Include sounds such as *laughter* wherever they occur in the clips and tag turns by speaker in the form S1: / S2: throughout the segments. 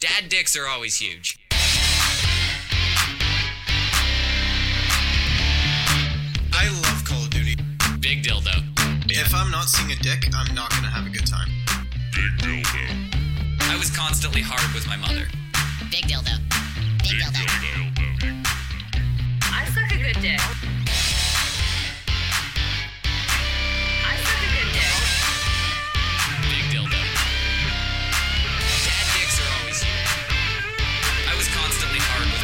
S1: Fat dicks are always huge.
S2: I love Call of Duty.
S1: Big dildo.
S2: If I'm not seeing a dick, I'm not gonna have a good time.
S1: I was constantly hard with my mother.
S3: Big dildo. Big dildo.
S4: I suck a good dick. I suck a good dick.
S1: Big dildo. Dad dicks are always huge. I was constantly hard with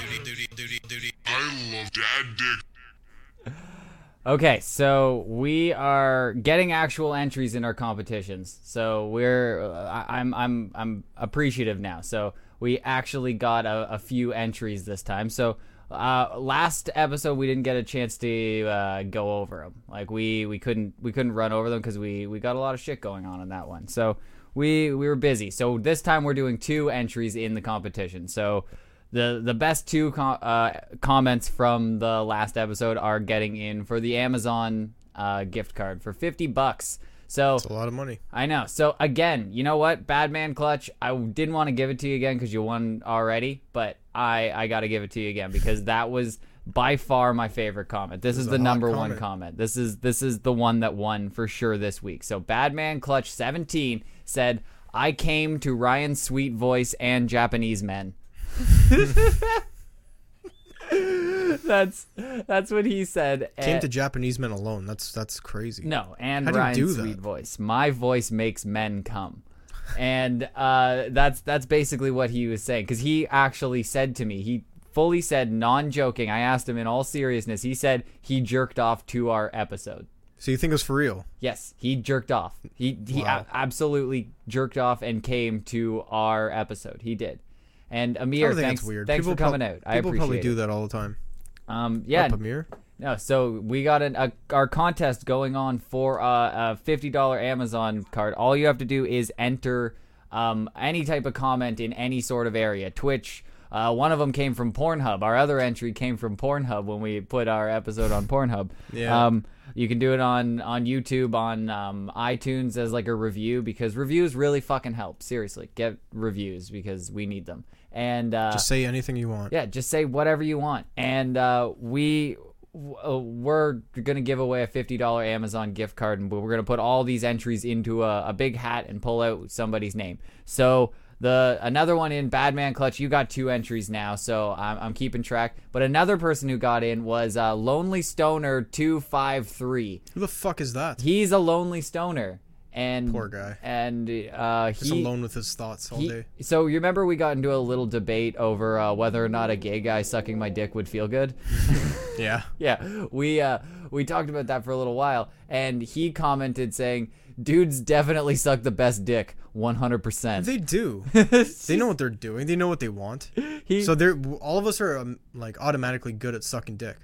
S1: my mother. Big dildo.
S2: Duty, duty, duty, duty.
S5: I love dad dick.
S6: Okay, so we are getting actual entries in our competitions. So we're uh, I, I'm I'm I'm appreciative now. So we actually got a, a few entries this time. So uh, last episode we didn't get a chance to uh, go over them. Like we we couldn't we couldn't run over them because we we got a lot of shit going on in that one. So we we were busy. So this time we're doing two entries in the competition. So the the best two com- uh, comments from the last episode are getting in for the Amazon uh, gift card for fifty bucks. So
S2: A lot of money.
S6: I know. So again, you know what, Badman Clutch. I didn't want to give it to you again because you won already, but I I got to give it to you again because that was by far my favorite comment. This, is
S2: a
S6: the
S2: hot
S6: number one
S2: comment.
S6: comment. This is this is the one that won for sure this week. So Badman Clutch seventeen said, "I came to Ryan's sweet voice and Japanese men." *laughs* that's that's what he said.
S2: Came
S6: and-
S2: to Japanese men alone. That's that's crazy.
S6: Uh, no, and
S2: How do you
S6: Ryan's
S2: do that?
S6: sweet voice. My voice makes men come. And uh, that's that's basically what he was saying because he actually said to me, he fully said, non-joking. I asked him in all seriousness. He said he jerked off to our episode.
S2: So you think it was for real?
S6: Yes, he jerked off. He he
S2: Wow.
S6: a- absolutely jerked off and came to our episode. He did. And
S2: I
S6: Amir,
S2: don't think
S6: thanks,
S2: that's weird.
S6: thanks for
S2: prob-
S6: coming out. I
S2: people
S6: appreciate
S2: probably
S6: it.
S2: do that all the time.
S6: Um, yeah,
S2: Up a mirror.
S6: no, so we got an, a, our contest going on for uh, a fifty dollar Amazon card. All you have to do is enter um, any type of comment in any sort of area. Twitch. Uh, one of them came from Pornhub. Our other entry came from Pornhub when we put our episode on Pornhub.
S2: Yeah.
S6: Um, you can do it on on YouTube, on um, iTunes as like a review because reviews really fucking help. Seriously, get reviews because we need them. And uh,
S2: Just say anything you want.
S6: yeah, just say whatever you want, and uh, we w- uh, we're gonna give away a fifty dollar Amazon gift card, and we're gonna put all these entries into a, a big hat and pull out somebody's name. So the another one in Badman Clutch, you got two entries now, so I'm, I'm keeping track. But another person who got in was uh, Lonely Stoner two five three.
S2: Who the fuck is that?
S6: He's a lonely stoner, and
S2: Poor guy.
S6: and uh,
S2: He's
S6: he
S2: alone with his thoughts all
S6: he-
S2: day.
S6: so you remember we got into a little debate over uh, whether or not a gay guy sucking my dick would feel good. *laughs*
S2: Yeah.
S6: yeah, we uh, we talked about that for a little while, and he commented saying, "Dudes definitely suck the best dick, 100." percent *laughs*
S2: They do. they know what they're doing. They know what they want. so they're all of us are um, like automatically good at sucking dick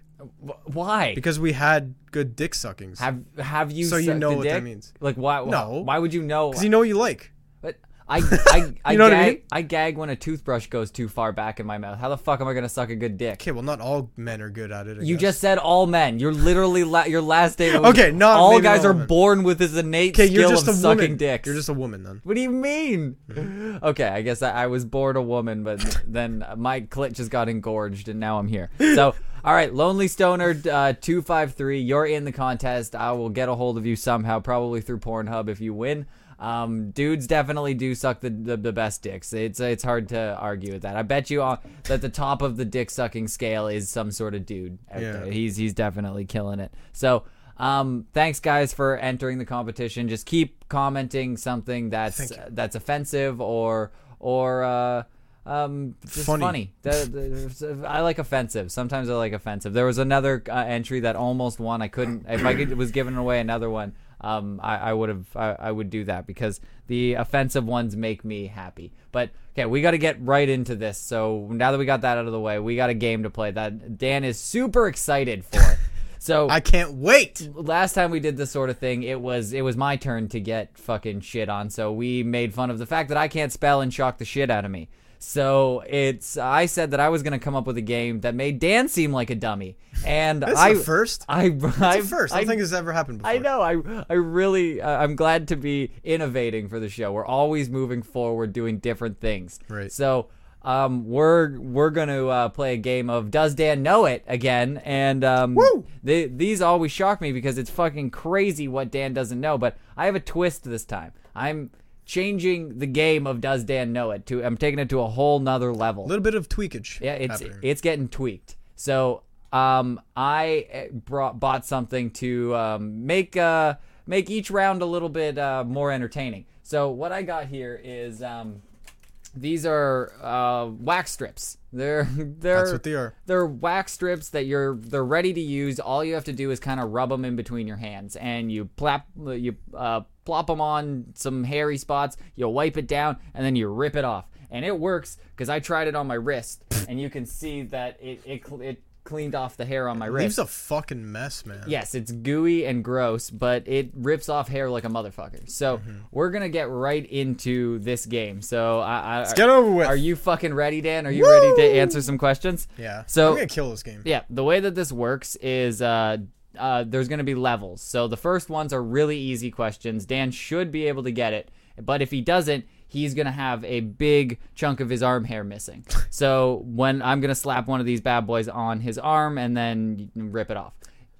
S6: Why?
S2: because we had good dick suckings. Because
S6: have have you
S2: So you
S6: sucked
S2: know
S6: a
S2: what that
S6: dick?
S2: means.
S6: Like why?
S2: No.
S6: Why would you know?
S2: you know what you like.
S6: But I I I,
S2: *laughs* You know what
S6: gag,
S2: I
S6: I,
S2: mean?
S6: gag when a toothbrush goes too far back in my mouth. How the fuck am I gonna suck a good dick?
S2: Okay, well, not all men are good at it. I
S6: You
S2: guess.
S6: just said all men. You're literally la- your last statement. was,
S2: Okay, not-
S6: all
S2: maybe
S6: guys
S2: not all
S6: are
S2: men."
S6: born with this innate
S2: okay.
S6: skill
S2: You're just
S6: of
S2: a
S6: sucking
S2: woman.
S6: dicks.
S2: You're just a woman then.
S6: what do you
S2: *laughs*
S6: mean? okay, I guess I, I was born a woman, but then my clit just got engorged, and now I'm
S2: *gasps*
S6: here. So, all right, Lonely Stoner uh, two five three, you're in the contest. I will get a hold of you somehow, probably through Pornhub if you win. Um, dudes definitely do suck the, the the best dicks. It's it's hard to argue with that. I bet you on, that the top of the dick sucking scale is some sort of dude. out
S2: Yeah.
S6: there. He's he's definitely killing it. So. Um, thanks guys for entering the competition. Just keep commenting something that's
S2: Thank you.
S6: that's offensive or or uh, um, just funny.
S2: Funny.
S6: The- the- I like offensive. Sometimes I like offensive. There was another uh, entry that almost won. I couldn't. If I could, was giving away another one, um, I, I would have. I, I would do that because the offensive ones make me happy. But okay, we got to get right into this. So now that we got that out of the way, we got a game to play that Dan is super excited for. So
S2: I can't wait.
S6: last time we did this sort of thing, it was it was my turn to get fucking shit on. So we made fun of the fact that I can't spell and shock the shit out of me. So it's I said that I was gonna come up with a game that made Dan seem like a dummy, and
S2: That's
S6: I
S2: a first.
S6: I I,
S2: That's a first. I don't think this has ever happened before.
S6: I know. I I really I- I'm glad to be innovating for the show. We're always moving forward, doing different things.
S2: Right.
S6: So um, we're we're gonna uh, play a game of Does Dan Know It again? And um,
S2: Woo!
S6: they- these always shock me because it's fucking crazy what Dan doesn't know. But I have a twist this time. I'm changing the game of Does Dan Know It to I'm taking it to a whole nother level.
S2: A little bit of tweakage.
S6: Yeah, it's
S2: happening.
S6: it's getting tweaked. So um, I eh, brought bought something to um, make uh, make each round a little bit uh, more entertaining. So what I got here is um, these are uh, wax strips. They're *laughs* they're
S2: That's what they are.
S6: They're wax strips that you're they're ready to use. All you have to do is kind of rub them in between your hands, and you plap you uh, plop them on some hairy spots. You wipe it down, and then you rip it off, and it works because I tried it on my wrist, and you can see that it it cl- it cleaned off the hair on my wrist.
S2: Leaves a fucking mess, man.
S6: Yes, it's gooey and gross, but it rips off hair like a motherfucker. So
S2: Mm-hmm.
S6: we're gonna get right into this game. So I, I let's
S2: get over with.
S6: Are you fucking ready, Dan? Are you ready to answer some questions?
S2: Yeah.
S6: So
S2: I'm gonna kill this game.
S6: yeah, the way that this works is uh, uh, there's going to be levels. So the first ones are really easy questions. Dan should be able to get it, but if he doesn't, he's going to have a big chunk of his arm hair missing. so when I'm going to slap one of these bad boys on his arm and then rip it off.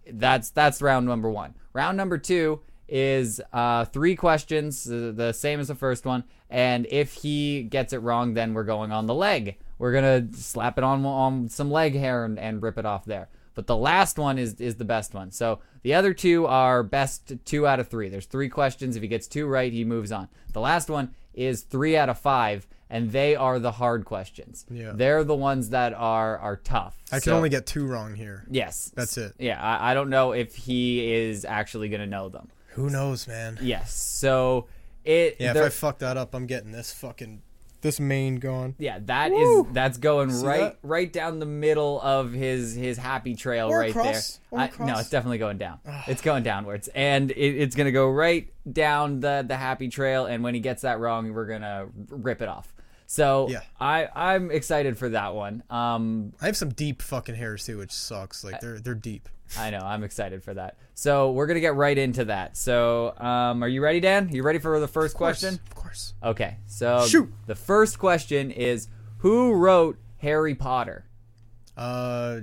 S6: That's that's round number one. Round number two is uh, three questions, the, the same as the first one. And if he gets it wrong, then we're going on the leg. We're gonna slap it on on some leg hair and, and rip it off there. But the last one is is the best one. So the other two are best two out of three. There's three questions. If he gets two right, he moves on. The last one is three out of five, and they are the hard questions.
S2: Yeah.
S6: They're the ones that are are tough.
S2: I can only get two wrong here.
S6: yes.
S2: That's it.
S6: Yeah, I, I don't know if he is actually gonna know them.
S2: Who knows, man?
S6: Yes. So it
S2: Yeah, if
S6: there-
S2: I fuck that up, I'm getting this fucking this main gone.
S6: yeah, that is that's going right
S2: that?
S6: right down the middle of his his happy trail
S2: Or
S6: right
S2: across,
S6: there.
S2: or
S6: I- no,
S2: across.
S6: it's definitely going down. it's going downwards, and it, it's gonna go right down the the happy trail. And when he gets that wrong, we're gonna rip it off. So
S2: Yeah.
S6: I I'm excited for that one. Um,
S2: I have some deep fucking hairs too, which sucks.
S6: Uh,
S2: Like they're they're deep.
S6: I know. I'm excited for that. So we're gonna get right into that. So, um, are you ready, Dan? You ready for the first question?
S2: Of course.
S6: Okay. So
S2: Shoot.
S6: the first question is who wrote Harry Potter?
S2: Uh,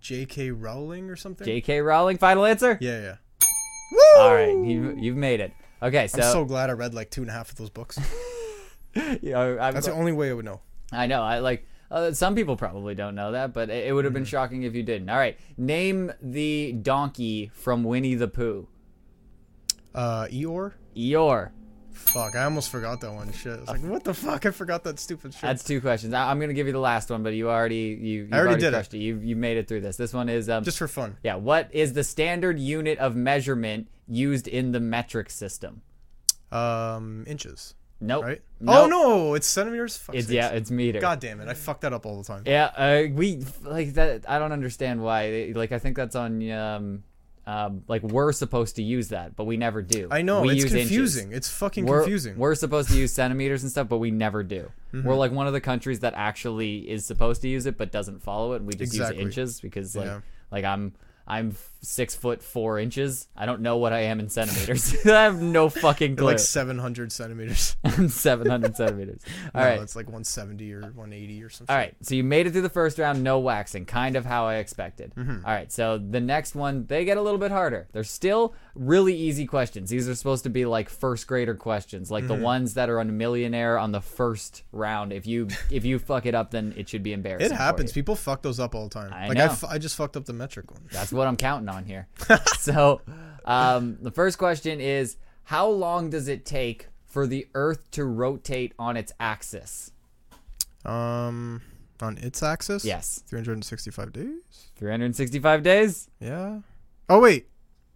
S2: J.K. Rowling or something.
S6: J.K. Rowling. Final answer.
S2: yeah, yeah.
S6: All right. You, you've made it. Okay. So,
S2: I'm so glad I read like two and a half of those books.
S6: you know, I'm *laughs*
S2: That's the only way I would know.
S6: I know. I like. Uh, some people probably don't know that, but it, it would have
S2: Mm-hmm.
S6: been shocking if you didn't. All right. Name the donkey from Winnie the Pooh.
S2: Uh, Eeyore.
S6: Eeyore.
S2: Fuck, I almost forgot that one. Shit. I was like, what the fuck? I forgot that stupid shit.
S6: That's two questions. I, am gonna give you the last one, but you already you you've
S2: I already
S6: already,
S2: did it.
S6: crushed it. You you made it through this. This one is um
S2: Just for fun.
S6: yeah. What is the standard unit of measurement used in the metric system?
S2: Um, inches.
S6: Nope.
S2: Right. Oh
S6: Nope.
S2: no, it's centimeters. Fuck
S6: It's yeah. It's meter.
S2: God damn it! I fuck that up all the time.
S6: Yeah. Uh, we like that. I don't understand why. They- Like I think that's on um. Um, like we're supposed to use that, but we never do.
S2: I know
S6: we
S2: it's
S6: use inches.
S2: confusing. It's fucking
S6: we're,
S2: confusing. Mm-hmm.
S6: We're supposed to use centimeters and stuff, but we never do. We're like one of the countries that actually is supposed to use it but doesn't follow it, and we just
S2: Exactly.
S6: use inches because like
S2: Yeah.
S6: like I'm I'm six foot four inches. I don't know what I am in centimeters. *laughs* I have no fucking clue. *laughs*
S2: like 700 centimeters. *laughs*
S6: I'm seven hundred centimeters. All right.
S2: No, it's like 170 or 180 or something.
S6: All right, so you made it through the first round, no waxing, kind of how I expected.
S2: Mm-hmm.
S6: All right, so the next one, they get a little bit harder. They're still really easy questions. These are supposed to be like first grader questions, like
S2: Mm-hmm.
S6: the ones that are on Millionaire on the first round. If
S2: *laughs*
S6: you if you fuck it up, then it should be embarrassing.
S2: It
S6: for
S2: happens.
S6: you.
S2: People fuck those up all the time.
S6: I
S2: like I,
S6: know.
S2: f- I just fucked up the metric one.
S6: That's what I'm counting on
S2: *laughs*
S6: here. so, um, the first question is, how long does it take for the Earth to rotate on its axis?
S2: Um, on its axis.
S6: Yes,
S2: 365 days.
S6: 365 days.
S2: Yeah. Oh wait.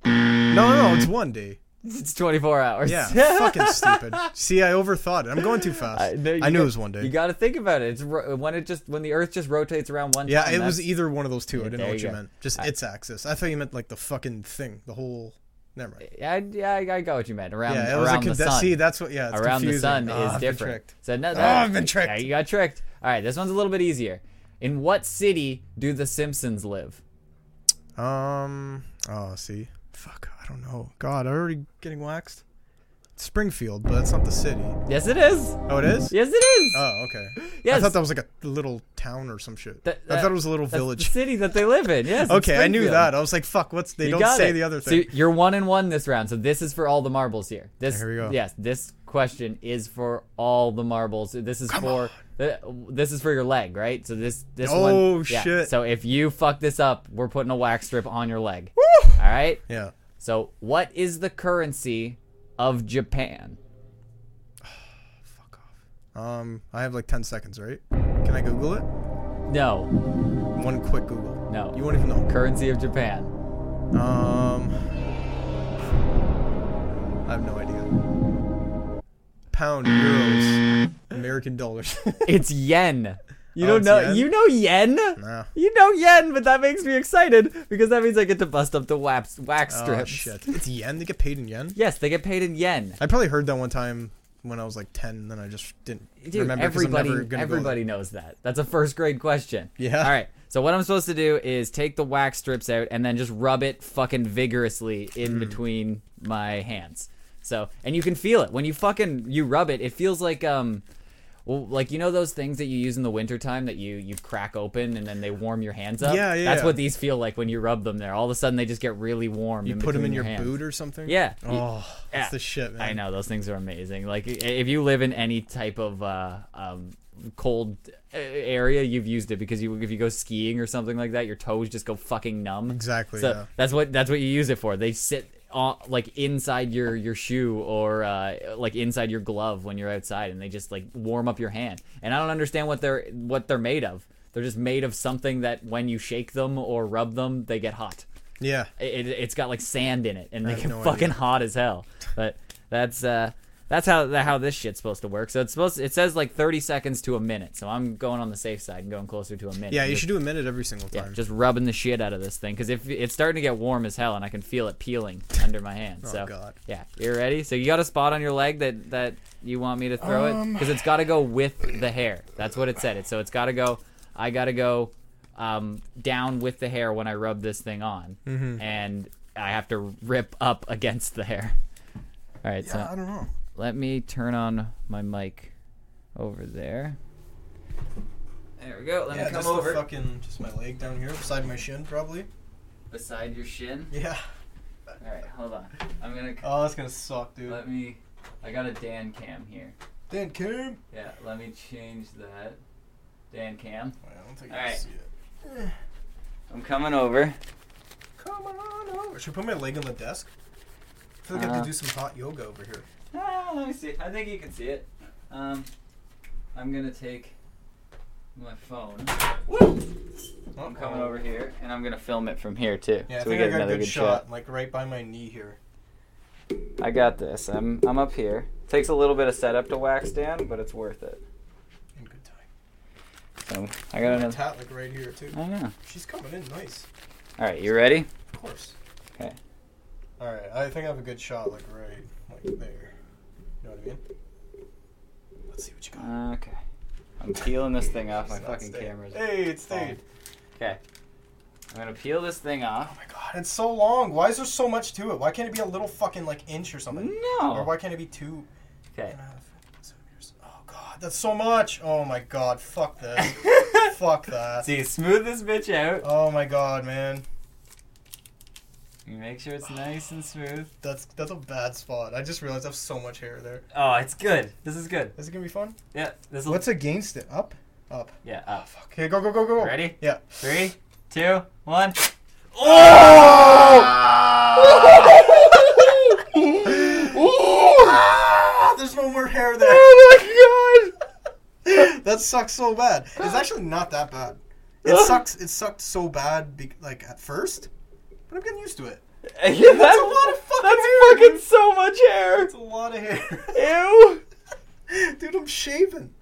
S2: No, no, no, it's one day.
S6: It's 24 hours. *laughs*
S2: Yeah. fucking stupid. See, I overthought it. I'm going too fast. I,
S6: no, you
S2: knew
S6: got-
S2: it was one day.
S6: You got to think about it. It's ro- when it just when the Earth just rotates around one.
S2: yeah,
S6: time,
S2: it was
S6: that's-
S2: either one of those two. I didn't
S6: there
S2: know what
S6: you
S2: you
S6: go.
S2: meant. Just its axis. I thought you meant like the fucking thing, the whole Never mind.
S6: Yeah, I- yeah, I, I got what you meant. Around,
S2: Yeah, it was a
S6: around
S2: con-
S6: the sun.
S2: see, that's what. Yeah, it's
S6: around
S2: confusing.
S6: the sun
S2: Ah,
S6: is
S2: I've been
S6: different.
S2: tricked.
S6: So no,
S2: Ah, I've been
S6: Yeah,
S2: tricked.
S6: you got tricked. All right, this one's a little bit easier. In what city do the Simpsons live?
S2: Um. Oh, see. Fuck. I don't know. God, I'm already getting waxed. Springfield, but that's not the city.
S6: Yes, it is.
S2: Oh, it is.
S6: Yes, it is.
S2: Oh, okay. I
S6: Yes.
S2: thought that was like a little town or some shit.
S6: That-
S2: I
S6: that-
S2: thought it was a little
S6: That's
S2: village.
S6: the city that they live in. Yes. it's
S2: Okay, I knew
S6: Springfield.
S2: that. I was like, fuck. What's they
S6: You
S2: don't
S6: got
S2: say
S6: it.
S2: the other thing.
S6: So you're one and one this round. So this is for all the marbles here. This
S2: There we go.
S6: yes, this question is for all the marbles. This is for th- this is for your leg, right? So this this one.
S2: Oh,
S6: yeah.
S2: shit.
S6: So if you fuck this up, we're putting a wax strip on your leg. All right.
S2: yeah.
S6: So what is the currency of Japan?
S2: Um. I have like ten seconds, right? Can I Google it?
S6: No,
S2: One quick Google.
S6: No.
S2: You won't even know.
S6: currency of Japan.
S2: Um. I have no idea. Pound, euros, American dollars. *laughs*
S6: It's yen. You don't
S2: Oh, it's
S6: know.
S2: yen?
S6: You know yen.
S2: Nah.
S6: You know yen, but that makes me excited because that means I get to bust up the wax wax *laughs* strips.
S2: Oh shit! It's yen. They get paid in yen.
S6: Yes, they get paid in yen.
S2: I probably heard that one time when I was like ten, and then I just didn't
S6: Dude,
S2: remember. 'cause I'm
S6: everybody,
S2: never gonna go
S6: everybody knows that. That's a first grade question.
S2: Yeah.
S6: All right. So what I'm supposed to do is take the wax strips out and then just rub it fucking vigorously
S2: Hmm.
S6: in between my hands. So and you can feel it when you fucking you rub it. It feels like um. Well, like you know those things that you use in the wintertime that you you crack open and then they warm your hands up.
S2: Yeah, yeah,
S6: That's
S2: yeah.
S6: what these feel like when you rub them. There, all of a sudden they just get really warm.
S2: You put them in your,
S6: hands.
S2: boot or something.
S6: Yeah. You-
S2: Oh, that's
S6: yeah.
S2: the shit, man.
S6: I know those things are amazing. Like i- if you live in any type of uh, um, cold uh, area, you've used it because you if you go skiing or something like that, your toes just go fucking numb.
S2: Exactly,
S6: So
S2: yeah.
S6: that's what that's what you use it for. They sit on, like inside your your shoe or uh, like inside your glove when you're outside, and they just like warm up your hand. And I don't understand what they're what they're made of. They're just made of something that when you shake them or rub them, they get hot
S2: Yeah.
S6: it, it's got like sand in it and they
S2: have
S6: get
S2: no
S6: fucking
S2: idea.
S6: hot as hell but that's uh that's how that how this shit's supposed to work so it's supposed it says like 30 seconds to a minute so i'm going on the safe side and going closer to a minute
S2: Yeah, you
S6: Just-
S2: should do a minute every single time.
S6: yeah, just rubbing the shit out of this thing because if it's starting to get warm as hell and I can feel it peeling under my hand. so
S2: Oh, God.
S6: yeah, you ready? So you got a spot on your leg that that you want me to throw
S2: Um,
S6: it because it's got to go with the hair. That's what it said. It so it's got to go. I got to go um, down with the hair when I rub this thing on,
S2: Mm-hmm.
S6: and I have to rip up against the hair. All right, so
S2: I don't know.
S6: let me turn on my mic over there. There we go. Let me come over
S2: fucking just my leg down here beside my shin, probably.
S6: beside your shin.
S2: Yeah.
S6: All right, hold on. I'm gonna c-
S2: *laughs* Oh, that's gonna suck, dude.
S6: let me. I got a Dan cam here.
S2: Dan Kim. Oh,
S6: Yeah, let me change that. Dan cam.
S2: I don't think
S6: I can Alright. see
S2: it.
S6: I'm coming over.
S2: Come on over. Uh-huh. Should I put my leg on the desk? I feel like I have
S6: Uh.
S2: to do some hot yoga over here.
S6: Ah, let me see. I think you can see it. Um, I'm gonna take my phone. Woo! I'm coming over here, and I'm gonna film it from here too,
S2: Yeah, I
S6: so we get
S2: think I got a
S6: another
S2: good, shot, like right by my knee here.
S6: I got this. I'm I'm up here. Takes a little bit of setup to wax down, but it's worth it.
S2: In good
S6: So
S2: time.
S6: I got
S2: My
S6: another.
S2: tat like right here too.
S6: I know.
S2: She's coming in nice,
S6: All right, you ready?
S2: of course.
S6: Okay.
S2: All right, I think I have a good shot, like right, like there. You know what I mean? Let's see what you got.
S6: Okay. I'm peeling this thing Uh, off. My
S2: It's not
S6: fucking
S2: staying.
S6: camera's.
S2: Hey, it stayed.
S6: Okay. I'm gonna peel this thing
S2: Oh
S6: off.
S2: my god, it's so long. Why is there so much to it? Why can't it be a little fucking like inch or something? Or
S6: No.
S2: why can't it be two
S6: Okay.
S2: and a half centimeters? Oh god, that's so much. Oh my god,
S6: *laughs*
S2: fuck this. *laughs* fuck that.
S6: See, smooth this bitch out.
S2: Oh my god, man.
S6: You make sure it's nice and smooth.
S2: That's that's a bad spot. I just realized I have so much hair there.
S6: Oh, it's good. This is good.
S2: Is it gonna be fun?
S6: Yeah. This will.
S2: What's against it? Up? Up.
S6: Yeah. Up.
S2: Okay, go, go, go, go.
S6: Ready?
S2: Yeah. *laughs*
S6: Three, two, one.
S2: Oh! Ah, There's no more
S6: *laughs*
S2: hair there. Oh *laughs* my god. that sucks so bad.
S6: *laughs*
S2: It's actually not that bad. It
S6: Oh.
S2: sucks. It sucked so bad, be- like at first, but I'm getting used to it.
S6: Yeah, *laughs* that's
S2: a lot of fucking
S6: That's
S2: hair,
S6: fucking
S2: dude.
S6: so much hair.
S2: It's a lot of hair,
S6: Ew.
S2: *laughs* dude. I'm shaven.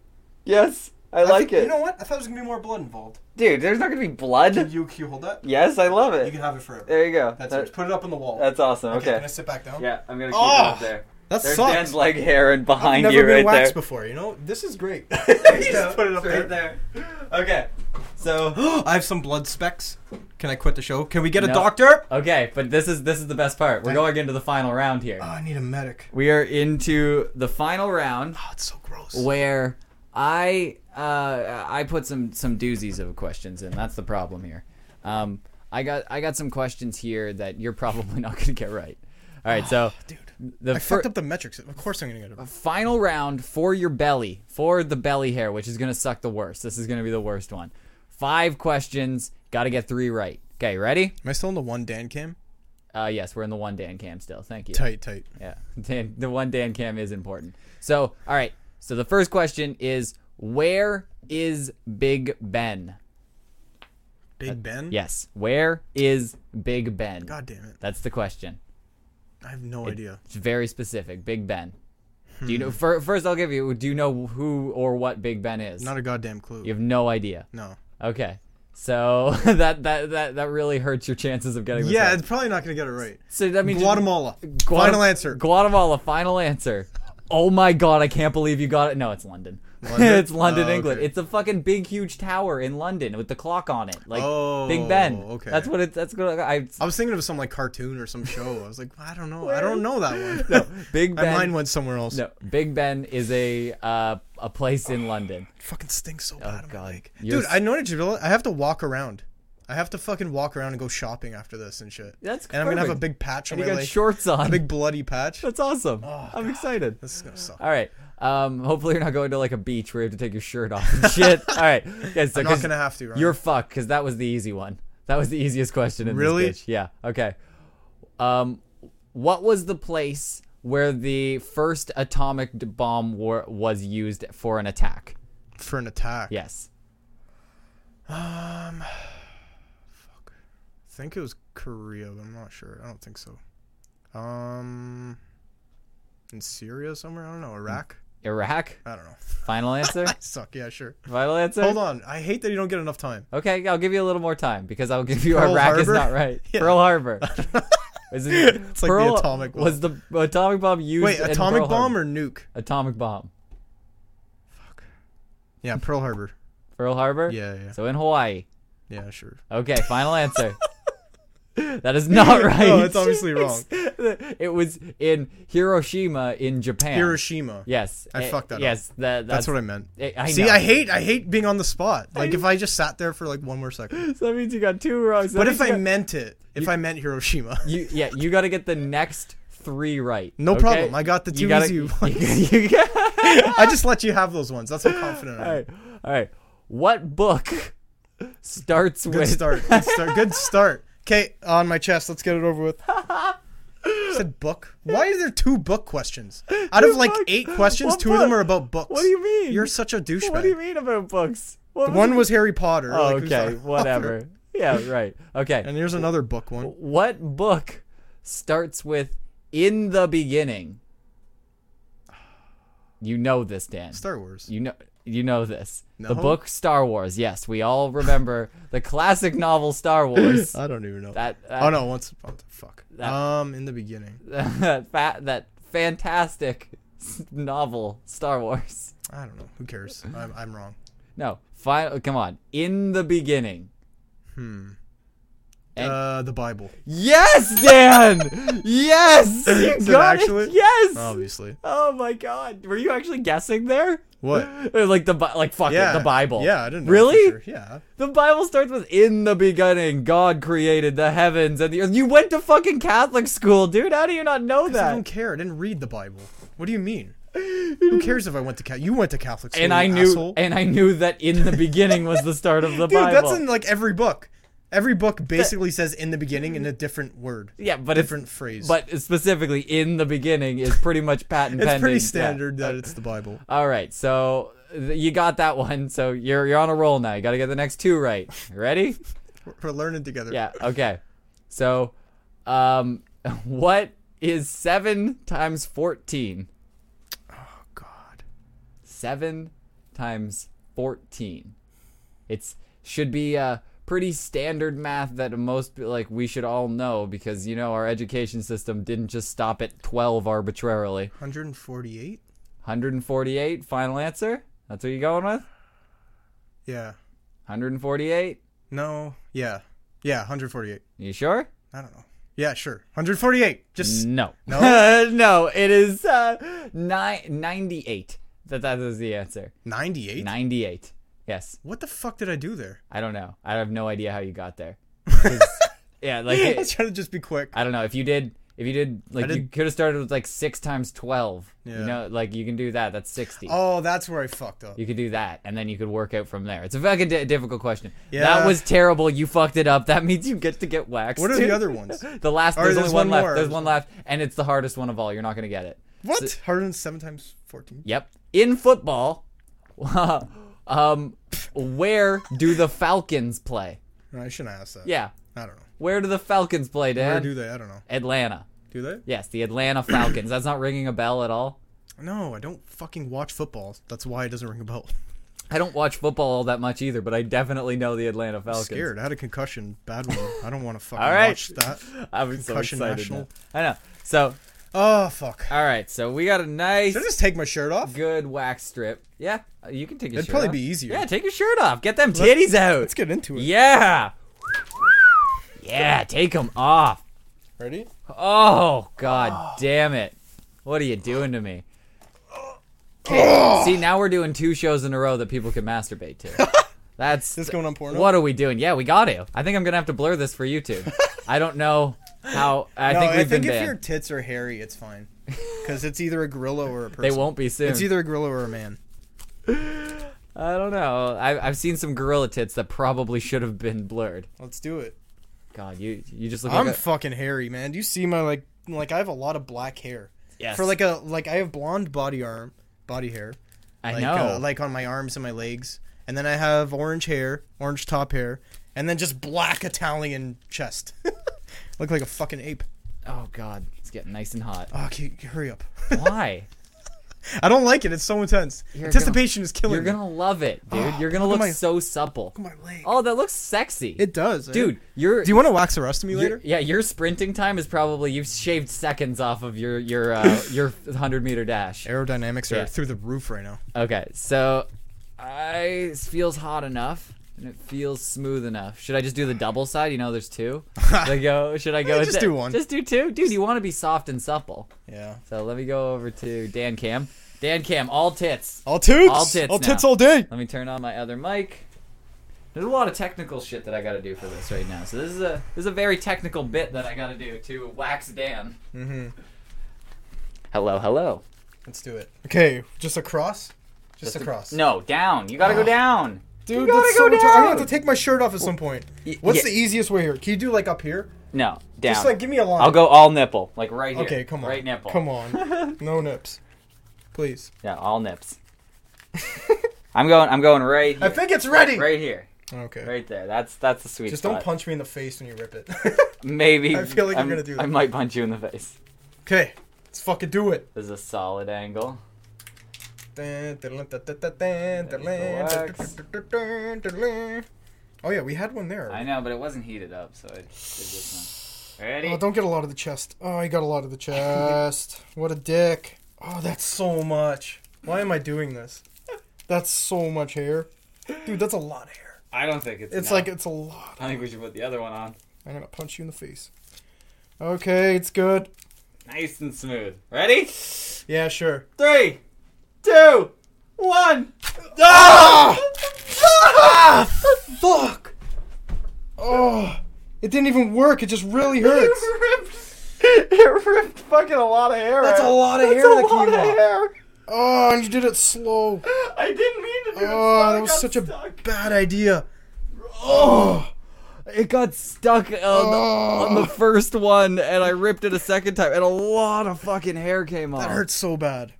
S6: Yes.
S7: I like
S2: think-
S7: it.
S2: You know what? I thought there was gonna be more blood
S7: *laughs*
S2: involved.
S7: Dude, there's not gonna be blood.
S2: You, can you hold that?
S7: Yes, I love
S2: You can
S7: it.
S2: have it forever.
S7: There you go.
S2: That's
S7: That-
S2: yours. Put it up on the wall.
S7: That's awesome.
S2: okay.
S7: Okay.
S2: Can I sit back down?
S7: Yeah, I'm gonna keep
S2: Oh,
S7: it up there.
S2: That
S7: There's
S2: sucks.
S7: Dan's leg hair and
S2: I've
S7: behind
S2: never
S7: you
S2: been
S7: right
S2: waxed
S7: there.
S2: before. You know, this is
S7: *laughs*
S2: great.
S6: *laughs*
S2: *laughs* Just put it
S7: It's
S2: up there.
S7: right there. Okay. So
S2: *gasps* I have some blood specks. Can I quit the show? Can we get a
S6: No. Uh,
S2: doctor?
S6: *gasps* Okay, but this is this is the best part. We're going into the final round here.
S2: Oh, I need a medic.
S6: We are into the final round
S2: Oh, it's so gross.
S6: where I uh, I put some some doozies of questions in. That's the problem here. Um, I got I got some questions here that you're *laughs* probably not going to get right. All right, so
S2: *sighs* Dude,
S6: the
S2: I
S6: fir-
S2: fucked up the metrics. Of course, I'm gonna get it.
S6: final round for your belly, for the belly hair, which is going to suck the worst. This is going to be the worst one. Five questions, got to get three right. Okay, ready?
S2: Am I still in the one Dan cam?
S6: Uh, yes, we're in the one Dan cam still. Thank you.
S2: Tight, tight.
S6: Yeah, *laughs* Dan, the one Dan cam is important. So, all right. So the first question is, where is Big Ben?
S2: Big Ben.
S6: Yes, where is Big Ben?
S2: God damn it!
S6: That's the question.
S2: I have no idea.
S6: It's very specific. Big Ben. Do you
S2: Hmm.
S6: know? fir- First, I'll give you. Do you know who or what Big Ben is?
S2: Not a goddamn clue.
S6: you have no idea.
S2: No.
S6: Okay. So *laughs* that that that that really hurts your chances of getting this.
S2: Yeah,
S6: right.
S2: it's probably not gonna get it right.
S6: So that means
S2: Guatemala.
S6: Guatem-
S2: Final answer.
S6: Guatemala. Final answer. Oh my god! I can't believe you got it. No, it's London. *laughs* it's London,
S2: Oh, okay.
S6: England. It's a fucking big, huge tower in London with the clock on it, like Big
S2: Oh,
S6: Ben.
S2: okay.
S6: That's what it. That's what
S2: *laughs*
S6: I.
S2: I was thinking of some like cartoon or some show. I was like, I don't know. I don't know that
S6: *laughs*
S2: one. *laughs*
S6: Big
S2: My
S6: Ben.
S2: mind went somewhere else.
S6: no, Big Ben is a uh, a place in
S2: *sighs*
S6: London.
S2: fucking stinks so bad. I'm
S6: Oh, God.
S2: like,
S6: You're
S2: dude,
S6: s-
S2: I know Jamila. I have to walk around. I have to fucking walk around and go shopping after this and shit.
S6: That's
S2: and I'm gonna have a
S6: perfect.
S2: big patch on
S6: And he
S2: my
S6: got
S2: leg,
S6: shorts
S2: a
S6: on.
S2: big Oh, bloody patch.
S6: *laughs* That's awesome. I'm excited.
S2: this is gonna suck.
S6: All right. Um, hopefully you're not going to like a beach where you have to take your shirt off
S2: *laughs*
S6: and shit. All right. Yeah, so
S2: I'm not
S6: 'cause
S2: gonna have to. Ryan.
S6: You're fucked because that was the easy one. That was the easiest question in
S2: Really?
S6: this bitch. Yeah. Okay. Um, what was the place where the first atomic d- bomb war- was used for an attack?
S2: for an attack.
S6: Yes.
S2: Um, I think it was Korea, but I'm not sure. I don't think so. Um, in Syria somewhere. I don't know. Iraq.
S6: Iraq.
S2: I don't know. *laughs*
S6: Final answer.
S2: Suck. Yeah, sure.
S6: Final answer.
S2: Hold on. I hate that you don't get enough time.
S6: Okay, I'll give you a little more time because I'll give you
S2: Pearl
S6: Iraq is
S2: Harbor?
S6: not right.
S2: *laughs* Yeah.
S6: Pearl Harbor. Is it,
S2: It's like the atomic bomb.
S6: Was the atomic bomb used?
S2: Wait,
S6: in
S2: atomic
S6: Pearl
S2: bomb
S6: Harbor?
S2: or nuke?
S6: atomic bomb?
S2: Yeah, Pearl Harbor.
S6: Pearl Harbor.
S2: Yeah, yeah.
S6: So in Hawaii.
S2: Yeah, sure.
S6: Okay, final
S2: *laughs*
S6: answer. that is not right.
S2: No, Oh, it's obviously wrong.
S6: *laughs* it was in Hiroshima in Japan.
S2: Hiroshima.
S6: Yes.
S2: I
S6: eh,
S2: fucked that up.
S6: Yes, that,
S2: That's
S6: that's,
S2: what I meant.
S6: I, I
S2: See,
S6: know.
S2: I hate I hate being on the spot. Like if I just sat there for like one more
S6: *laughs*
S2: second.
S6: So that means you got two wrong. So that
S2: But
S6: means
S2: if
S6: you
S2: I
S6: got-
S2: meant it, if I meant Hiroshima,
S6: you yeah you got to get the next three right.
S2: No
S6: okay?
S2: problem, I got the two
S6: gotta- *laughs*
S2: easy
S6: you got-
S2: *laughs* I just let you have those ones. That's how confident I
S6: all
S2: am.
S6: right, all right. What book starts
S2: Good
S6: with
S2: start. Good start. Good start. Okay, on my chest. Let's get it over with. I said book. Why is there two book questions? Out of like
S6: book?
S2: eight questions,
S6: What
S2: two of them
S6: book?
S2: are about books.
S6: What do you mean?
S2: You're such a douchebag.
S6: What do you mean about books? What
S2: One
S6: it?
S2: was Harry Potter.
S6: Oh,
S2: like, who's
S6: okay,
S2: that? *laughs*
S6: whatever. yeah, right. Okay.
S2: And here's another book one.
S6: What book starts with in the beginning? You know this, Dan.
S2: Star Wars.
S6: You know you know this. The
S2: No.
S6: book Star Wars. Yes, we all remember the classic novel Star
S2: *laughs*
S6: Wars.
S2: I don't even know.
S6: That- that-
S2: oh no, once upon the fuck. um, in the beginning.
S6: that fa- that fantastic s- novel Star Wars.
S2: I don't know. Who cares? I'm, I'm wrong.
S6: No, final come on. In the beginning. And-
S2: uh, the Bible.
S6: Yes, Dan. yes. You
S2: *laughs* Is it
S6: got
S2: actually?
S6: it. Yes.
S2: Obviously.
S6: Oh my god. Were you actually guessing there?
S2: What?
S6: Like *laughs* the Bi- like fuck
S2: Yeah.
S6: it, the Bible.
S2: Yeah, I didn't. Know
S6: Really?
S2: for sure. Yeah.
S6: The Bible starts with in the beginning God created the heavens and the earth. You went to fucking Catholic school, dude. How do you not know
S2: I don't
S6: that?
S2: care. I didn't read the Bible. What do you *laughs* mean? Who cares if I went to Catholic? You went to Catholic school.
S6: And
S2: you
S6: I knew
S2: asshole.
S6: and I knew that in the beginning was the start of the
S2: *laughs* Dude,
S6: Bible.
S2: that's in like every book. Every book basically says "in the beginning" in a different word.
S6: yeah, but it's-
S2: different phrase.
S6: But specifically in the beginning is pretty much patent
S2: *laughs* it's
S6: pending.
S2: pretty
S6: yeah.
S2: standard that it's the Bible.
S6: All right, so th- you got that one. So you're you're on a roll now. You got to get the next two right. Ready?
S2: We're- We're learning together.
S6: yeah. Okay. So, um, *laughs* what is seven times fourteen?
S2: God.
S6: Seven times 14. It's should be uh, pretty standard math that most like we should all know because you know our education system didn't just stop at 12 arbitrarily.
S2: 148?
S6: 148 final answer? That's what you going with?
S2: Yeah.
S6: 148?
S2: No. Yeah. Yeah, 148.
S6: You sure?
S2: I don't know. Yeah, sure. 148. Just
S6: No.
S2: No?
S6: *laughs* no, it is uh, ni- 98. That that is the answer.
S2: 98?
S6: 98. Yes.
S2: What the fuck did I do
S6: *laughs*
S2: there? *laughs*
S6: I don't know. I have no idea how you got there. 'Cause- yeah, *laughs* like
S2: I was
S6: it,
S2: trying to just be quick.
S6: I don't know if you did. If you did, like you
S2: did-
S6: could have started with like six times twelve.
S2: Yeah.
S6: You know, like you can do that. That's sixty.
S2: Oh, that's where I fucked up.
S6: You could do that, and then you could work out from there. It's a fucking di- difficult question.
S2: Yeah.
S6: That was terrible. You fucked it up. That means you get to get waxed.
S2: What are
S6: *laughs*
S2: the other ones?
S6: The last.
S2: Or
S6: There's,
S2: there's
S6: only one,
S2: one
S6: left.
S2: more.
S6: There's one left, and it's the hardest one of all. You're not gonna get it.
S2: What? 107 times 14.
S6: Yep. In football, *laughs* um, where do the Falcons play?
S2: No, I shouldn't ask that.
S6: Yeah. Um,
S2: I don't know.
S6: Where do the Falcons play, Dan?
S2: Where do they? I don't know.
S6: Atlanta.
S2: Do they?
S6: Yes, the Atlanta Falcons. That's not ringing a bell at all.
S2: No, I don't fucking watch football. That's why it doesn't ring
S6: *laughs*
S2: a bell.
S6: I don't watch football all that much either, but I definitely know the Atlanta Falcons.
S2: Scared. I had a concussion. Bad one. I don't want to fucking
S6: All right.
S2: watch that.
S6: I'm so
S2: Concussion
S6: excited.
S2: National.
S6: now. I know. So,
S2: Oh, fuck.
S6: all right. So we got a nice,
S2: Should I just take my shirt off?
S6: good wax strip. Yeah, you can take your
S2: It'd
S6: shirt
S2: probably
S6: off.
S2: be easier.
S6: Yeah, take your shirt off. Get them titties out.
S2: Let's get into it.
S6: Yeah. Yeah, take them off.
S2: Ready?
S6: Oh god damn it! What are you doing to me? Okay, see now we're doing two shows in a row that people can masturbate to.
S2: *laughs*
S6: That's
S2: This going on Pornhub?
S6: What are we doing? Yeah, we got to. I think I'm gonna have to blur this for YouTube. I don't know how. I
S2: No,
S6: think we've been
S2: if your
S6: banned.
S2: tits are hairy, it's fine. Because it's either a gorilla or a person.
S6: *laughs* They won't be soon.
S2: It's either a gorilla or a man.
S6: I don't know. I, I've seen some gorilla tits that probably should have been blurred.
S2: Let's do it.
S6: God, you you just look
S2: I'm
S6: like a,
S2: fucking hairy, man. Do you see my like like I have a lot of black hair.
S6: Yes.
S2: For like a like I have blonde body arm body hair.
S6: I
S2: Like
S6: know.
S2: uh, like on my arms and my legs. And then I have orange hair, orange top hair, and then just black Italian chest. *laughs* Look like a fucking ape.
S6: oh god, it's getting nice and hot.
S2: Oh, okay, hurry up. *laughs*
S6: Why?
S2: I don't like it. It's so intense. Anticipation is killing
S6: You're
S2: me.
S6: gonna love it,
S2: *gasps*
S6: dude. You're gonna
S2: look
S6: look
S2: at my-
S6: so supple.
S2: Look at my leg.
S6: Oh, that looks sexy.
S2: It does. eh?
S6: dude. You're
S2: Do you want to wax the rest of me
S6: your-
S2: later?
S6: Yeah, your sprinting time is probably you've shaved seconds off of your your
S2: *laughs*
S6: uh, your hundred meter dash.
S2: Aerodynamics
S6: Yeah.
S2: are through the roof right now.
S6: Okay, so I this feels hot enough and it feels smooth enough. Should I just do the double side? You know, there's
S2: *laughs*
S6: two. Should I go? Should I go? with
S2: just
S6: it?
S2: do one.
S6: Just do two, dude. You want to be soft and supple.
S2: Yeah.
S6: So let me go over to Dan Cam. Dan Cam, all tits.
S2: All toots.
S6: All tits
S2: All
S6: now.
S2: tits all day.
S6: Let me turn on my other mic. There's a lot of technical shit that I got to do for this right now. So this is a this is a very technical bit that I got to do to wax Dan. Mm-hmm. Hello, hello.
S2: Let's do it. Okay, just across. Just, across. Oh.
S6: No, down. You gotta go down.
S2: dude,
S6: gotta
S2: that's
S6: go
S2: so retar- I'm gonna have
S6: down.
S2: to take my shirt off at some point.
S6: Y-
S2: What's
S6: yeah.
S2: the easiest way here? Can you do like up here?
S6: No, down.
S2: Just like give me a line.
S6: I'll go all nipple, like right here.
S2: Okay, come on.
S6: Right nipple. *laughs*
S2: Come on. no nips, please.
S6: Yeah, all nips. *laughs* I'm going. I'm going right.
S2: I
S6: Here,
S2: think it's ready.
S6: right here.
S2: Okay.
S6: Right there. That's that's the sweet
S2: Just
S6: spot.
S2: don't punch me in the face when you rip it. *laughs*
S6: Maybe.
S2: I feel like you're
S6: I'm-
S2: gonna do
S6: I
S2: that.
S6: might punch you in the face.
S2: okay, let's fucking do it.
S6: This is a solid angle.
S2: Oh yeah, we had one there.
S6: I know, but it wasn't heated up, so I did this one. Ready?
S2: Oh, don't get a lot of the chest. Oh, I got a lot of
S6: *laughs*
S2: the chest. what a dick. Oh, that's so much. Why am I doing this? That's so much hair. Dude, that's a lot of hair.
S6: I don't think it's.
S2: It's
S6: no.
S2: like, it's a lot.
S6: I think we should put the other one on.
S2: I'm gonna punch you in the face. Okay, it's good.
S6: Nice and smooth. Ready?
S2: Yeah, sure.
S6: Three, two, one.
S2: Ah! ah!
S6: *laughs*
S2: Fuck! Oh, it didn't even work. It
S6: *laughs*
S2: just really hurts.
S6: it ripped fucking a lot of hair.
S2: That's a
S6: out.
S2: lot of
S6: That's
S2: hair
S6: a
S2: that
S6: lot
S2: came
S6: of
S2: off.
S6: hair.
S2: Oh, and you did
S6: *laughs*
S2: it slow.
S6: I didn't mean to do it.
S2: Oh, that was
S6: got
S2: such a
S6: stuck.
S2: bad idea. Oh.
S6: It got stuck on,
S2: Oh.
S6: the, on the first one, and I ripped it a second time, and a lot of fucking hair came off.
S2: That hurts so bad.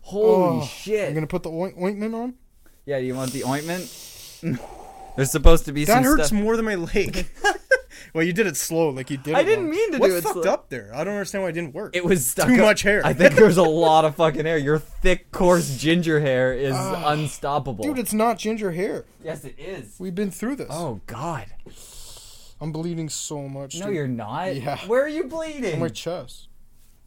S6: Holy
S2: Oh,
S6: shit!
S2: I'm gonna put the oint- ointment on.
S6: Yeah, do you want the ointment? *laughs* There's supposed to be
S2: That
S6: some
S2: hurts
S6: stuff. *laughs*
S2: more than my leg. Well, you did it slow, like you did.
S6: I
S2: it
S6: didn't
S2: wrong.
S6: mean to
S2: What
S6: do it
S2: fucked
S6: slow.
S2: up there? I don't understand why it didn't work.
S6: It was stuck
S2: Too
S6: up-
S2: much hair.
S6: I think there's a lot of fucking hair. Your thick, coarse ginger hair
S2: *sighs*
S6: is unstoppable.
S2: dude. It's not ginger hair.
S6: yes, it is.
S2: We've been through this.
S6: Oh God.
S2: I'm bleeding so much.
S6: No,
S2: dude.
S6: you're not.
S2: Yeah.
S6: Where are you bleeding?
S2: my chest,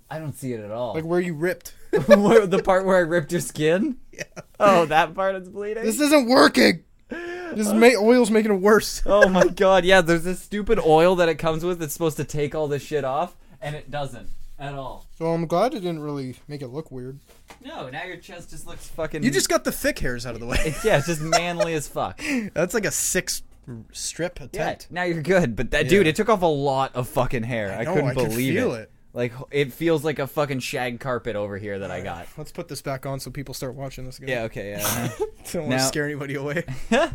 S6: I don't see it at all.
S2: like where you ripped.
S6: *laughs*
S2: *laughs*
S6: Where- the part where I ripped your skin. Yeah. Oh, that part is bleeding.
S2: this isn't working. This ma- oil's making it worse.
S6: oh my God. Yeah, there's this stupid oil that it comes with that's supposed to take all this shit off, and it doesn't at all.
S2: So I'm glad it didn't really make it look weird.
S6: No, now your chest just looks fucking.
S2: You just got the thick hairs out of the way.
S6: It's, Mm. *laughs* yeah, it's just manly as fuck.
S2: *laughs* That's like a six strip
S6: Yeah,
S2: attempt.
S6: now you're good. But that dude, it took off a lot of fucking hair. I,
S2: know,
S6: couldn't
S2: I could
S6: believe
S2: feel
S6: it.
S2: it.
S6: Like it feels like a fucking shag carpet over here that I
S2: *sighs*
S6: got.
S2: Let's put this back on so people start watching this again.
S6: Yeah. Okay. Yeah.
S2: *laughs* Don't want to
S6: Now-
S2: scare anybody away.
S6: *laughs* All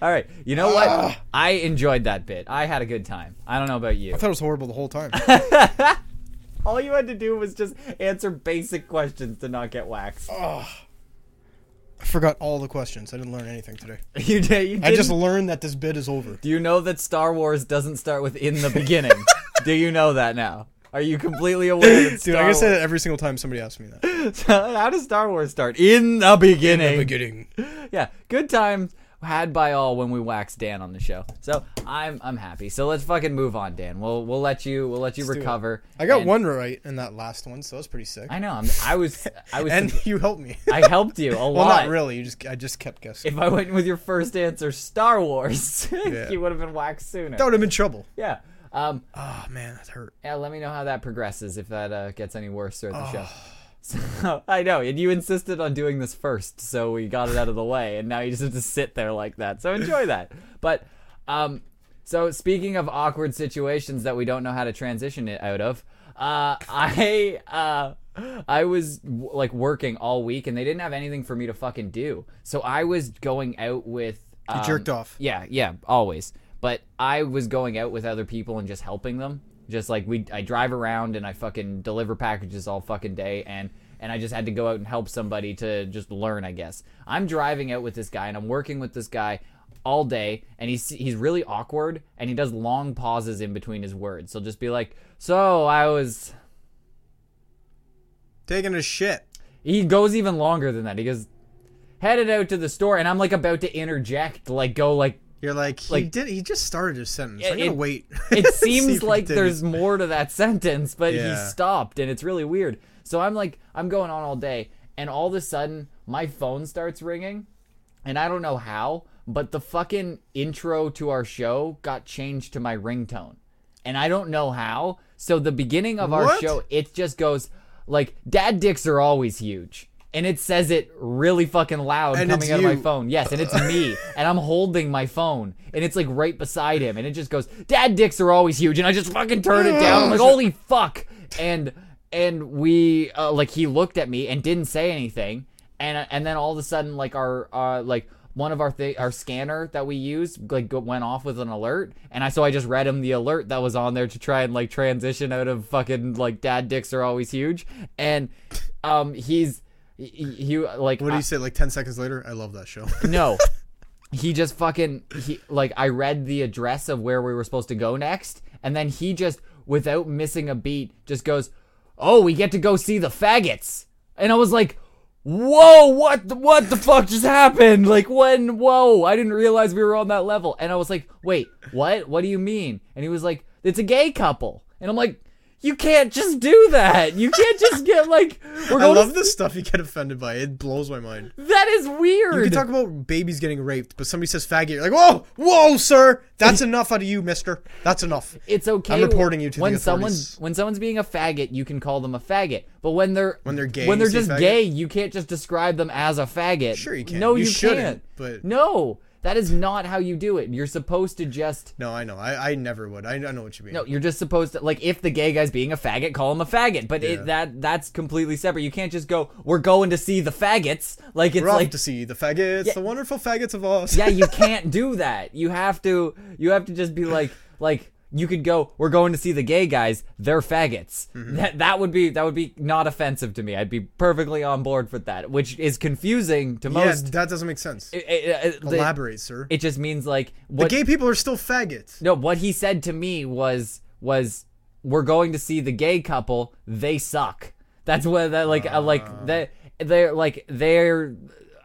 S6: right. You know
S2: Ah.
S6: what? I enjoyed that bit. I had a good time. I don't know about
S2: *laughs*
S6: you.
S2: I thought it was horrible the
S6: *laughs*
S2: whole time.
S6: All you had to do was just answer basic questions to not get waxed.
S2: Oh. I forgot all the questions. I didn't learn anything today.
S6: *laughs* You did. You did.
S2: I just learned that this bit is
S6: *laughs*
S2: over.
S6: Do you know that Star Wars doesn't start with in the
S2: *laughs*
S6: beginning? do you know that now? Are you completely aware that
S2: Dude,
S6: Star
S2: I gotta say
S6: Wars...
S2: that every single time somebody asks me that.
S6: How does Star Wars *laughs* start? In the beginning.
S2: Beginning.
S6: yeah, good times had by all when we waxed Dan on the show. So I'm I'm happy. So let's fucking move on, Dan. We'll we'll let you we'll let you
S2: do it.
S6: recover.
S2: I got
S6: And-
S2: one right in that last one, so that was pretty sick.
S6: I know. I'm, I was I was
S2: *laughs* and you helped me.
S6: I helped you a
S2: *laughs* well,
S6: lot.
S2: not really. You just I just kept guessing.
S6: If I went with your first answer, Star Wars, *laughs*
S2: Yeah.
S6: you would have been waxed sooner.
S2: that would have been trouble.
S6: Yeah. Um,
S2: Oh man, that hurt.
S6: yeah, let me know how that progresses if that uh, gets any worse throughout the
S2: *sighs*
S6: show. *laughs* So, I know, and you insisted on doing this first, so we got it out of the way, and now you just have to sit there like that. So
S2: *laughs*
S6: enjoy that. But, um, so speaking of awkward situations that we don't know how to transition it out of, uh, *laughs* I, uh, I was w- like working all week, and they didn't have anything for me to fucking do, so I was going out with. Um,
S2: jerked off.
S6: yeah, yeah, always. But I was going out with other people and just helping them. Just like we, I drive around and I fucking deliver packages all fucking day, and and I just had to go out and help somebody to just learn, I guess. I'm driving out with this guy and I'm working with this guy all day, and he's he's really awkward and he does long pauses in between his words. So just be like, "So I was."
S2: Taking a shit.
S6: He goes even longer than that. He goes, "Headed out to the store," and I'm like about to interject, like go like
S2: You're like he
S6: Like-
S2: did. He just started his sentence.
S6: Yeah,
S2: I gotta
S6: it-
S2: wait. *laughs*
S6: *laughs*
S2: See
S6: it
S2: if
S6: seems
S2: he
S6: like there's
S2: continues.
S6: more to that *laughs* sentence, but
S2: Yeah.
S6: he stopped, and it's really weird. So I'm like, I'm going on all day, and all of a sudden, my phone starts ringing, and I don't know how, but the fucking intro to our show got changed to my ringtone, and I don't know how. So the beginning of our
S2: What?
S6: show, it just goes like, "Dad dicks are always huge." And it says it really fucking loud
S2: And
S6: coming
S2: it's
S6: out of my
S2: you.
S6: phone phone. Yes, and it's
S2: *laughs*
S6: me, and I'm holding my phone, and it's like right beside him, and it just goes, "Dad dicks are always huge," and I just fucking turn it down. I'm
S2: *laughs*
S6: like, "Holy fuck!" And and we uh, like he looked at me and didn't say anything, and and then all of a sudden like our uh, like one of our th- our scanner that we use like go- went off with an alert, and I so I just read him the alert that was on there to try and like transition out of fucking like dad dicks are always huge, and um he's. He, he- he, like
S2: What do
S6: I-
S2: you say? Like ten seconds later, I love that show.
S6: no. He just fucking he like I read the address of where we were supposed to go next, and then he just, without missing a beat, just goes, "Oh, we get to go see the faggots," and I was like, "Whoa, what? The, what the fuck just happened? Like when? Whoa, I didn't realize we were on that level." And I was like, "Wait, what? What do you mean?" And he was like, "It's a gay couple," and I'm like, "You can't just do that. You can't just get like we're
S2: *laughs* I
S6: going."
S2: love
S6: to-
S2: this stuff you get offended by. It blows my mind.
S6: that is weird.
S2: You can talk about babies getting raped, but somebody says faggot. You're like, whoa, whoa, sir.
S6: *laughs*
S2: That's enough out of you, mister. That's enough.
S6: it's okay.
S2: I'm reporting you to the
S6: when someone
S2: authorities.
S6: when someone's being a faggot, you can call them a faggot. But when they're
S2: When they're gay,
S6: when they're
S2: you say
S6: just
S2: faggot?
S6: gay, you can't just describe them as a faggot.
S2: Sure you can.
S6: No,
S2: You
S6: you,
S2: shouldn't,
S6: can't.
S2: but-
S6: no, that is not how you do it. You're supposed to just
S2: No, I know. I, I never would. I, I know what you mean.
S6: no. You're just supposed to like if the gay guy's being a faggot, call him a faggot. But
S2: Yeah.
S6: it, that that's completely separate. You can't just go. We're going to see the faggots. Like it's
S2: We're off
S6: like
S2: to see the faggots, the wonderful faggots of Oz.
S6: yeah, you can't do that. You have to you have to just be like like you could go, we're going to see the gay guys, they're faggots.
S2: Mm-hmm.
S6: That that would be that would be not offensive to me. I'd be perfectly on board with that, which is confusing to
S2: Yeah,
S6: most.
S2: that doesn't make sense.
S6: It- it- it- the-
S2: Elaborate, sir.
S6: It just means like what
S2: Gay people are still faggots.
S6: no, what he said to me was was we're going to see the gay couple. They suck. That's what that like uh,
S2: Ah.
S6: like that they're like they're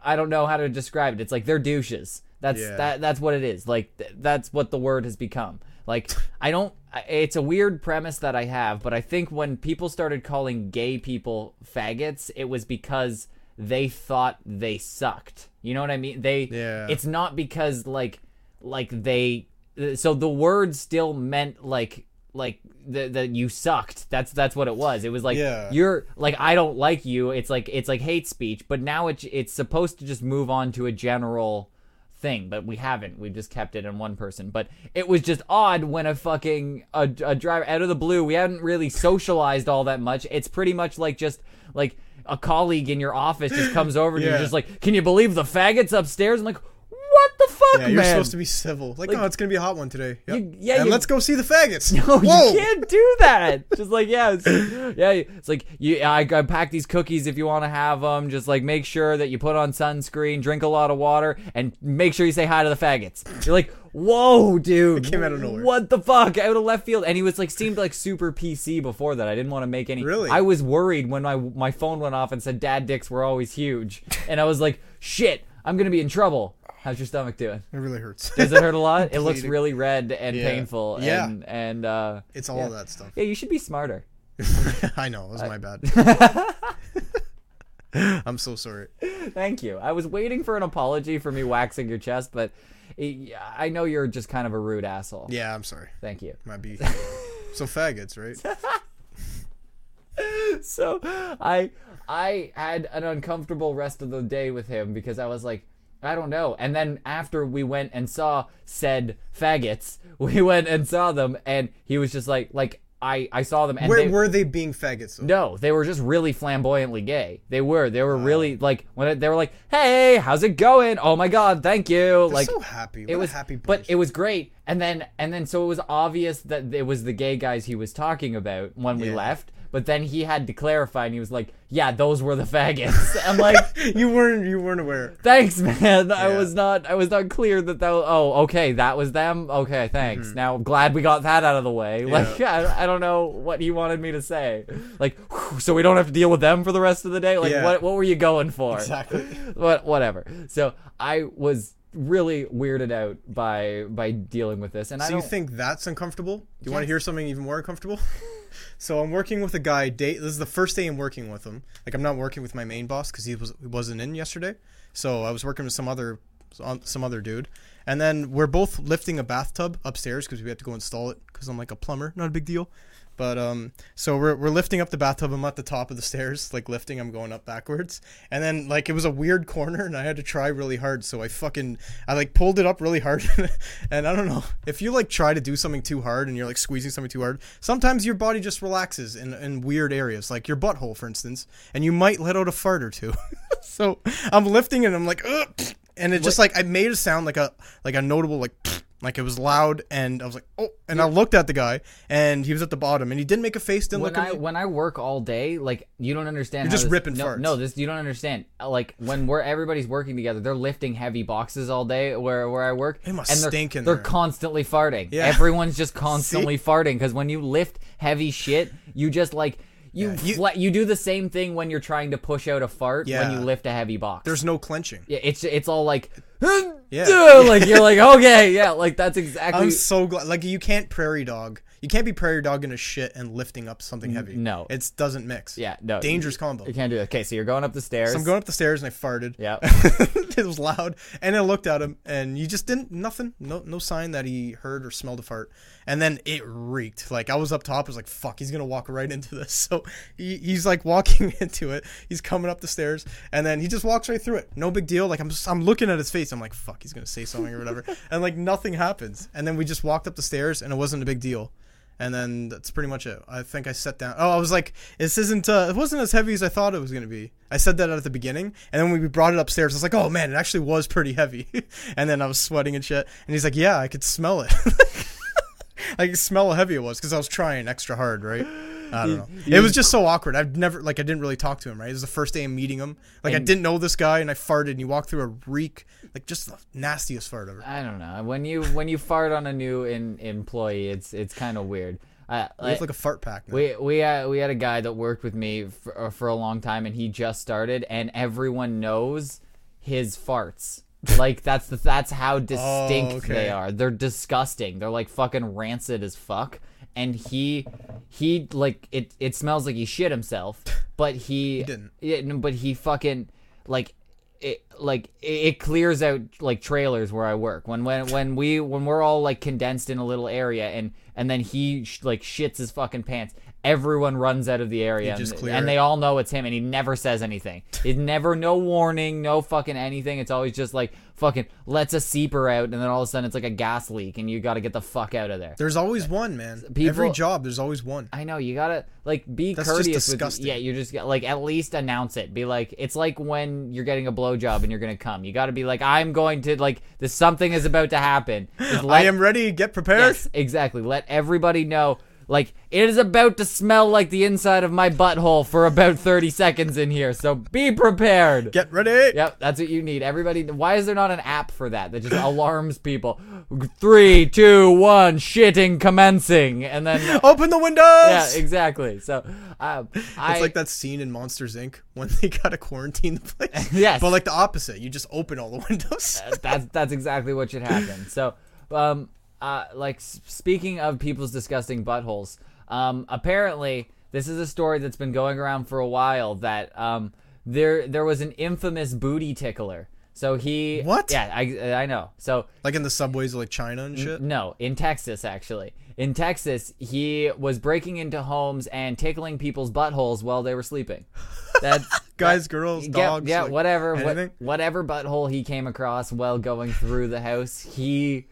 S6: I don't know how to describe it. It's like they're douches. That's
S2: Yeah.
S6: that that's what it is. Like th- that's what the word has become. Like I don't. I- It's a weird premise that I have, but I think when people started calling gay people faggots, it was because they thought they sucked. You know what I mean? They
S2: Yeah.
S6: It's not because like like they so the word still meant like like that that you sucked that's that's what it was it was like
S2: Yeah.
S6: you're like i don't like you it's like it's like hate speech but now it's it's supposed to just move on to a general thing but we haven't we've just kept it in one person but it was just odd when a fucking a, a driver out of the blue we haven't really socialized all that much it's pretty much like just like a colleague in your office just comes over and
S2: Yeah.
S6: you're just like can you believe the faggots upstairs and like what the fuck
S2: Yeah, you're
S6: man?
S2: supposed to be civil. Like, oh, it's gonna be a hot one today. Yep.
S6: You- yeah,
S2: and
S6: you-
S2: let's go see the
S6: *laughs*
S2: faggots.
S6: No,
S2: Whoa.
S6: Oh, you can't do that. Just like yeah, it's, yeah. It's like you. I, I pack these cookies if you want to have them. Just like make sure that you put on sunscreen, drink a lot of water, and make sure you say hi to the faggots. You're like, whoa, dude.
S2: It came out of nowhere.
S6: What the fuck? Out of left field. And he was like, seemed like super PC before that. I didn't want to make any.
S2: Really?
S6: I was worried when my my phone went off and said dad dicks were always huge, and I was like, shit, I'm gonna be in trouble. How's your stomach doing?
S2: It really hurts.
S6: Does it hurt a lot? It looks
S2: Bleeding.
S6: really red and
S2: Yeah.
S6: painful.
S2: Yeah.
S6: And, and uh,
S2: *laughs* It's all
S6: yeah. *laughs*
S2: that stuff. *laughs*
S6: Yeah, you should be smarter.
S2: I know. It was
S6: *laughs*
S2: my bad. *laughs* I'm so sorry.
S6: Thank you. I was waiting for an apology for me waxing your chest, but it, I know you're just kind of a rude asshole.
S2: Yeah, I'm sorry.
S6: Thank you. *laughs*
S2: Might be. So faggots, right?
S6: So I I had an uncomfortable rest of the day with him because I was like, I don't know. And then after we went and saw said faggots, *laughs* we went and saw them, and he was just like, like I I saw them. And
S2: Where
S6: they,
S2: were they being faggots? Though?
S6: No, they were just really flamboyantly gay. They were. They were
S2: Oh.
S6: really like when it, they were like, "Hey, how's it going? Oh my god, thank you."
S2: They're
S6: like
S2: so happy. What
S6: it
S2: a
S6: was
S2: happy.
S6: but
S2: bunch.
S6: it was great. And then and then so it was obvious that it was the gay guys he was talking about when we
S2: Yeah.
S6: left. But then he had to clarify, and he was like, "Yeah, those were the faggots." *laughs* I'm like,
S2: *laughs* you weren't. You weren't aware.
S6: thanks man i
S2: Yeah.
S6: was not i was not clear that that oh okay that was them okay thanks
S2: Mm-hmm.
S6: now I'm glad we got that out of the way like *laughs* I, I don't know what he wanted me to say like whew, so we don't have to deal with them for the rest of the day like
S2: Yeah.
S6: what what were you going for
S2: Exactly.
S6: *laughs* what whatever so i was really weirded out by by dealing with this and i
S2: So you
S6: don't
S2: think that's uncomfortable? Do you want to hear something even more uncomfortable? *laughs* so I'm working with a guy. Day this is the first day I'm working with him. Like I'm not working with my main boss because he was he wasn't in yesterday. So I was working with some other on- some other dude. And then we're both lifting a bathtub upstairs because we had to go install it because I'm like a plumber, not a big deal. But um, so we're, we're lifting up the bathtub. I'm at the top of the stairs, like lifting. I'm going up backwards, and then like it was a weird corner, and I had to try really hard. So I fucking I like pulled it up really hard, *laughs* and I don't know if you like try to do something too hard and you're like squeezing something too hard. Sometimes your body just relaxes in in weird areas, like your butthole, for instance, and you might let out a fart or two. *laughs* so I'm lifting and I'm like, Ugh, and it just like I made a sound like a like a notable like. *sniffs* Like it was loud, and I was like, "Oh!" And I looked at the guy, and he was at the bottom, and he didn't make a face, didn't
S6: when
S2: look at
S6: I
S2: me.
S6: when I work all day, like you don't understand.
S2: You're
S6: how
S2: just
S6: this-
S2: ripping
S6: no,
S2: farts.
S6: No, this you don't understand. Like when we're everybody's working together, they're lifting heavy boxes all day where where I work. It
S2: must
S6: and they're,
S2: stink in
S6: They're
S2: there.
S6: constantly farting.
S2: Yeah.
S6: Everyone's
S2: *laughs*
S6: just constantly farting because when you lift heavy shit, you just like. You,
S2: you-
S6: fla- you do the same thing when you're trying to push out a fart when
S2: Yeah.
S6: you lift a heavy box.
S2: There's no clenching.
S6: yeah, it's it's all like,
S2: Yeah.
S6: *laughs* like you're like okay, yeah, like that's exactly.
S2: I'm so glad. Like you can't prairie dog. You can't be prairie dogging a shit and lifting up something heavy.
S6: no.
S2: it doesn't mix.
S6: yeah, no,
S2: dangerous combo.
S6: You can't do that. Okay, so you're going up the stairs.
S2: So I'm going up the stairs and I farted.
S6: Yeah.
S2: *laughs* it was loud, and I looked at him, and you just didn't nothing, no no sign that he heard or smelled a fart. And then it reeked. Like I was up top, I was like, "Fuck, he's gonna walk right into this." *laughs* So he, he's like walking *laughs* into it. He's coming up the stairs, and then he just walks right through it. No big deal. Like I'm just, I'm looking at his face. I'm like, "Fuck, he's gonna say something or
S6: *laughs*
S2: whatever," and like nothing happens. And then we just walked up the stairs, and it wasn't a big deal. And then that's pretty much it. I think I sat down. Oh, I was like, this isn't. Uh, it wasn't as heavy as I thought it was gonna be. I said that at the beginning, and then when we brought it upstairs, I was like, oh man, it actually *laughs* was pretty heavy. and then I was sweating and shit. And he's like, yeah, I could smell it. *laughs* I could smell how heavy it was because I was trying extra hard, right? I don't know. It was just so awkward. I've never like I didn't really talk to him, right? It was the first day I'm meeting him. Like I
S6: And-
S2: didn't know this guy, and I farted, and he walked through a reek, like just the nastiest fart ever.
S6: I don't know. When you when you fart on a new in, employee, it's it's kind of weird. I,
S2: It
S6: like,
S2: was like a fart pack. now.
S6: we we had, we had a guy that worked with me for, uh, for a long time, and he just started, and everyone knows his farts. Like that's the that's how distinct
S2: Oh, okay.
S6: they are. They're disgusting. They're like fucking rancid as fuck. And he he like it it smells like he shit himself, but he,
S2: didn't.
S6: Yeah, no, but he fucking like it like it, it clears out like trailers where I work when when when we when we're all like condensed in a little area and and then he sh- like shits his fucking pants. Everyone runs out of the area
S2: just
S6: and,
S2: clear
S6: and
S2: it.
S6: they all know it's him and he never says anything. It never no warning, no fucking anything. It's always just like fucking lets a seeper out and then all of a sudden it's like a gas leak and you got to get the fuck out of there.
S2: There's always one, man.
S6: People-
S2: Every job, there's always one.
S6: I know you gotta like be
S2: That's just
S6: courteous. with-
S2: disgusting.
S6: yeah, you just got- like at least announce it. Be like, it's like when you're getting a blowjob and you're gonna come. You gotta be like, I'm going to like this. Something is about to happen. Just
S2: I
S6: let-
S2: am ready. Get prepared.
S6: Yes, exactly. Let everybody know. Like it is about to smell like the inside of my butthole for about 30 seconds in here. So be prepared.
S2: Get ready.
S6: Yep, that's what you need. Everybody, why is there not an app for that that just *laughs* alarms people? Three, two, one, shitting commencing, and
S2: *laughs*
S6: then
S2: Open the windows.
S6: yeah, exactly. So, um, I
S2: It's like that scene in Monsters Inc. *laughs* when they gotta quarantine the
S6: *laughs*
S2: place.
S6: Yes. Uh,
S2: But like the opposite, you just open all the *laughs* windows.
S6: that's that's exactly what should happen. So, um, uh, like s- speaking of people's disgusting buttholes, um, apparently this is a story that's been going around for a while that um, there there was an infamous booty tickler. So he
S2: What?
S6: Yeah, I I know. So
S2: like in the subways of like China and shit.
S6: No, in Texas, actually. In Texas, he was breaking into homes and tickling people's buttholes while they were sleeping. That,
S2: Guys, girls,
S6: yeah,
S2: dogs.
S6: yeah,
S2: like,
S6: whatever, what-
S2: anything. *laughs*
S6: whatever butthole he came across while going through the house, he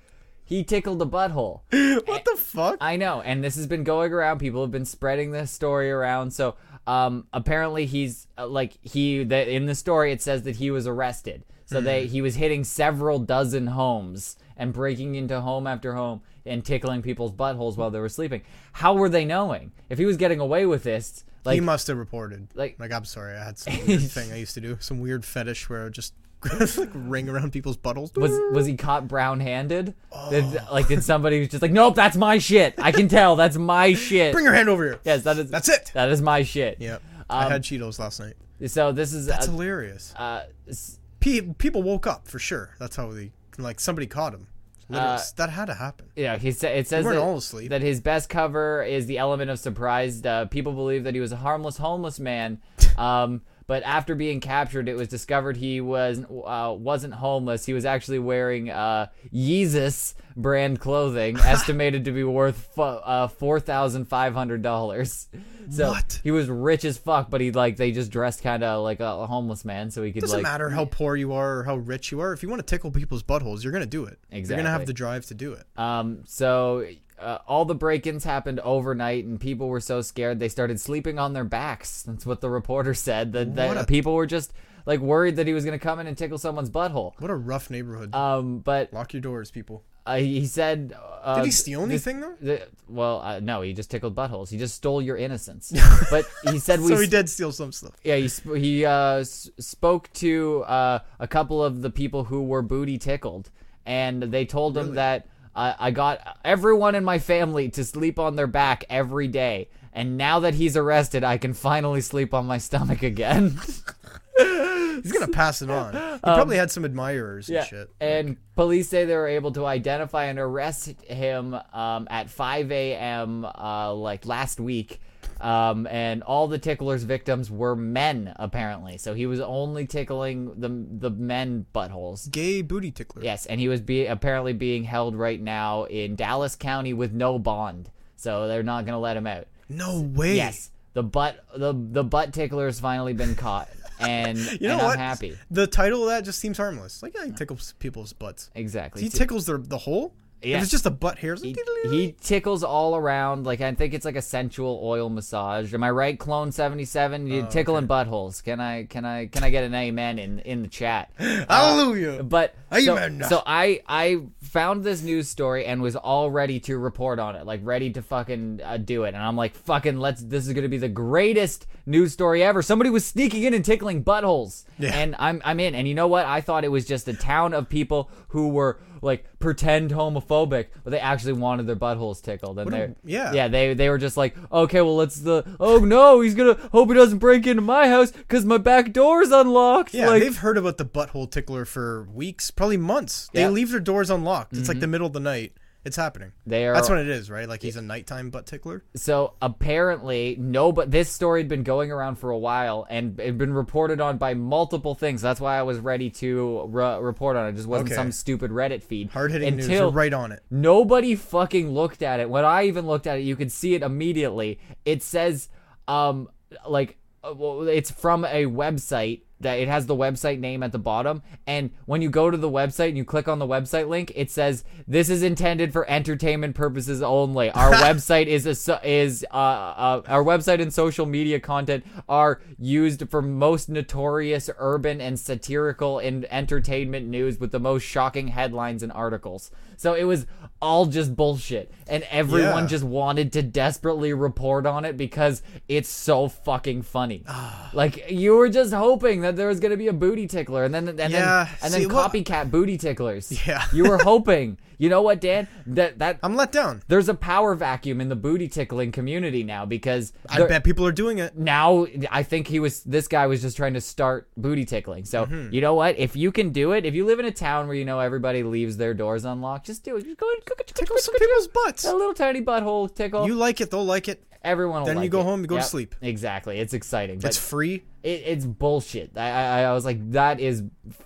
S6: he tickled the butthole.
S2: What the fuck?
S6: I know, and this has been going around. People have been spreading this story around. So, um, apparently he's uh, like he that in the story it says that he was arrested. So they
S2: Hmm.
S6: he was hitting several dozen homes and breaking into home after home and tickling people's buttholes while they were sleeping. How were they knowing if he was getting away with this? Like
S2: he must have reported.
S6: like-
S2: Like, I'm sorry, I
S6: *laughs*
S2: had some weird thing I used to do, some weird fetish where I would just *laughs* like ring around people's buttholes.
S6: was was he caught brown-handed? Did, like did somebody was just like, nope, that's my shit. I can tell that's my shit.
S2: Bring your hand over here.
S6: yes, Uh, that is
S2: That's it.
S6: That is my shit.
S2: yeah. I had Cheetos last night.
S6: So this is
S2: That's
S6: uh,
S2: hilarious.
S6: uh, s-
S2: Pe- people woke up for sure. That's how they like somebody caught him.
S6: Uh,
S2: Literally, that had to happen.
S6: Yeah, he sa- it says
S2: weren't
S6: that,
S2: all asleep.
S6: that his best cover is the element of surprise. Uh, people believe that he was a harmless homeless
S2: *laughs*
S6: man, um, but after being captured, it was discovered he was uh, wasn't homeless. He was actually wearing uh, Yeezus brand
S2: *laughs*
S6: clothing, estimated to be worth fu- uh, four thousand five hundred dollars. So
S2: What?
S6: he was rich as fuck, but he like they just dressed kind of like a homeless man, so he could
S2: doesn't
S6: like
S2: matter how poor you are or how rich you are. If you want to tickle people's buttholes, you're gonna do it. You're gonna
S6: Exactly.
S2: have the drive to do it.
S6: Um, so uh, all the break-ins happened overnight, and people were so scared they started sleeping on their backs. That's what the reporter said. That, that
S2: What a-
S6: people were just like worried that he was going to come in and tickle someone's butthole.
S2: what a rough neighborhood.
S6: Um, but
S2: Lock your doors, people.
S6: uh, he said, uh,
S2: Did he steal anything though?
S6: th- well, uh, no, he just tickled buttholes. He just stole your
S2: *laughs*
S6: innocence. but he said we
S2: So he did steal some stuff.
S6: yeah, he sp- he uh, s- spoke to uh, a couple of the people who were booty tickled, and they told him that uh, I got everyone in my family to sleep on their back every day, and now that he's arrested, I can finally sleep on my stomach again. *laughs*
S2: He's gonna pass it on. He
S6: Um,
S2: probably had some admirers and shit.
S6: And police say they were able to identify and arrest him um, at 5 a.m. Uh, like last week. Um, and all the tickler's victims were men, apparently. So he was only tickling the the men buttholes.
S2: Gay booty tickler.
S6: Yes, and he was be- apparently being held right now in Dallas County with no bond. So they're not gonna let him out.
S2: No way.
S6: Yes, the butt the the butt tickler's finally been caught, and,
S2: *laughs* You know
S6: and
S2: what?
S6: I'm happy.
S2: The title of that just seems harmless. Like yeah, he tickles people's butts.
S6: Exactly.
S2: He
S6: T-
S2: tickles their the hole.
S6: yeah.
S2: If it's just a butt hairs. *laughs*
S6: he, he tickles all around. Like I think it's like a sensual oil massage. Am I right, Clone Seventy Seven? You tickling buttholes. Can I can I can I get an amen in in the chat?
S2: Hallelujah.
S6: But so,
S2: Amen.
S6: so I I found this news story and was all ready to report on it, like ready to fucking uh, do it. And I'm like, fucking, let's. This is gonna be the greatest news story ever. Somebody was sneaking in and tickling buttholes,
S2: Yeah.
S6: and I'm I'm in. And you know what? I thought it was just a town of people who were like pretend homophobic, but they actually wanted their buttholes tickled. And
S2: a-
S6: they
S2: yeah.
S6: yeah, they they were just like, okay, well, let's the oh no, he's gonna hope he doesn't break into my house because my back door's unlocked.
S2: yeah,
S6: like,
S2: they've heard about the butthole tickler for weeks, probably months. They
S6: Yeah. Mm-hmm.
S2: leave their doors unlocked. It's like the middle of the night. It's happening.
S6: They are-
S2: That's what it is, right? Like he's a nighttime butt tickler.
S6: So apparently, no, but this story had been going around for a while and it had been reported on by multiple things. That's why I was ready to re- report on it. It just wasn't
S2: Okay.
S6: some stupid Reddit feed.
S2: Hard hitting news.
S6: Until
S2: You're right on it.
S6: Nobody fucking looked at it. When I even looked at it, you could see it immediately. It says, um, like, uh, well, it's from a website that it has the website name at the bottom. And when you go to the website and you click on the website link, it says, "This is intended for entertainment purposes only. Our website is a so- is uh, uh our website and social media content are used for most notorious urban and satirical and entertainment news with the most shocking headlines and articles." So it was all just bullshit, and everyone
S2: Yeah.
S6: just wanted to desperately report on it because it's so fucking
S2: *sighs*
S6: funny.
S2: Ah.
S6: like you were just hoping that there was gonna be a booty tickler, and then and
S2: Yeah,
S6: then and
S2: see,
S6: then
S2: well-
S6: copycat booty ticklers.
S2: Yeah.
S6: you were hoping. You know what, Dan? That that
S2: *laughs* I'm let down.
S6: there's a power vacuum in the booty tickling community now because
S2: I
S6: there-
S2: bet people are doing it.
S6: now I think he was this guy was just trying to start booty tickling. So
S2: Mm-hmm.
S6: you know what? If you can do it, if you live in a town where you know everybody leaves their doors unlocked, just do it. Just go and go- go- go-
S2: Tickle
S6: go-
S2: some
S6: go-
S2: people's butts.
S6: A little tiny butthole tickle.
S2: You like it, they'll like it.
S6: Everyone. Will
S2: then you
S6: like
S2: go
S6: it.
S2: home, you go to sleep.
S6: Exactly. It's exciting. But
S2: It's free.
S6: it, it's bullshit. I, I I was like, that is f-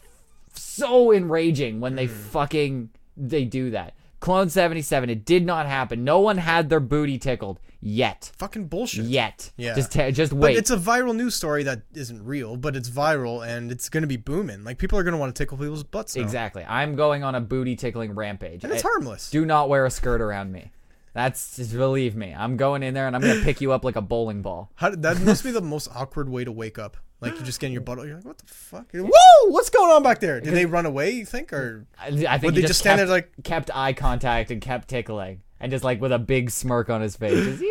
S6: so enraging when
S2: Mm.
S6: they fucking they do that. Clone seventy seven. It did not happen. No one had their booty tickled yet.
S2: Fucking bullshit.
S6: Yet.
S2: Yeah.
S6: Just ta- just
S2: But
S6: wait.
S2: it's a viral news story that isn't real, but it's viral and it's going to be booming. Like people are going to want to tickle people's butts. Now.
S6: Exactly. I'm going on a booty tickling rampage.
S2: And it's
S6: I-
S2: harmless.
S6: Do not wear a skirt around me. That's just believe me. I'm going in there and I'm gonna pick you up like a bowling ball.
S2: How did, that must be the most awkward way to wake up. Like you're just getting your butt. You're like, what the fuck? You're, Whoa! What's going on back there? Did they run away? You think or
S6: I, I think
S2: Would
S6: he
S2: they just stand
S6: kept,
S2: there like-
S6: kept eye contact and kept tickling and just like with a big smirk on his face.
S2: *laughs*
S6: just,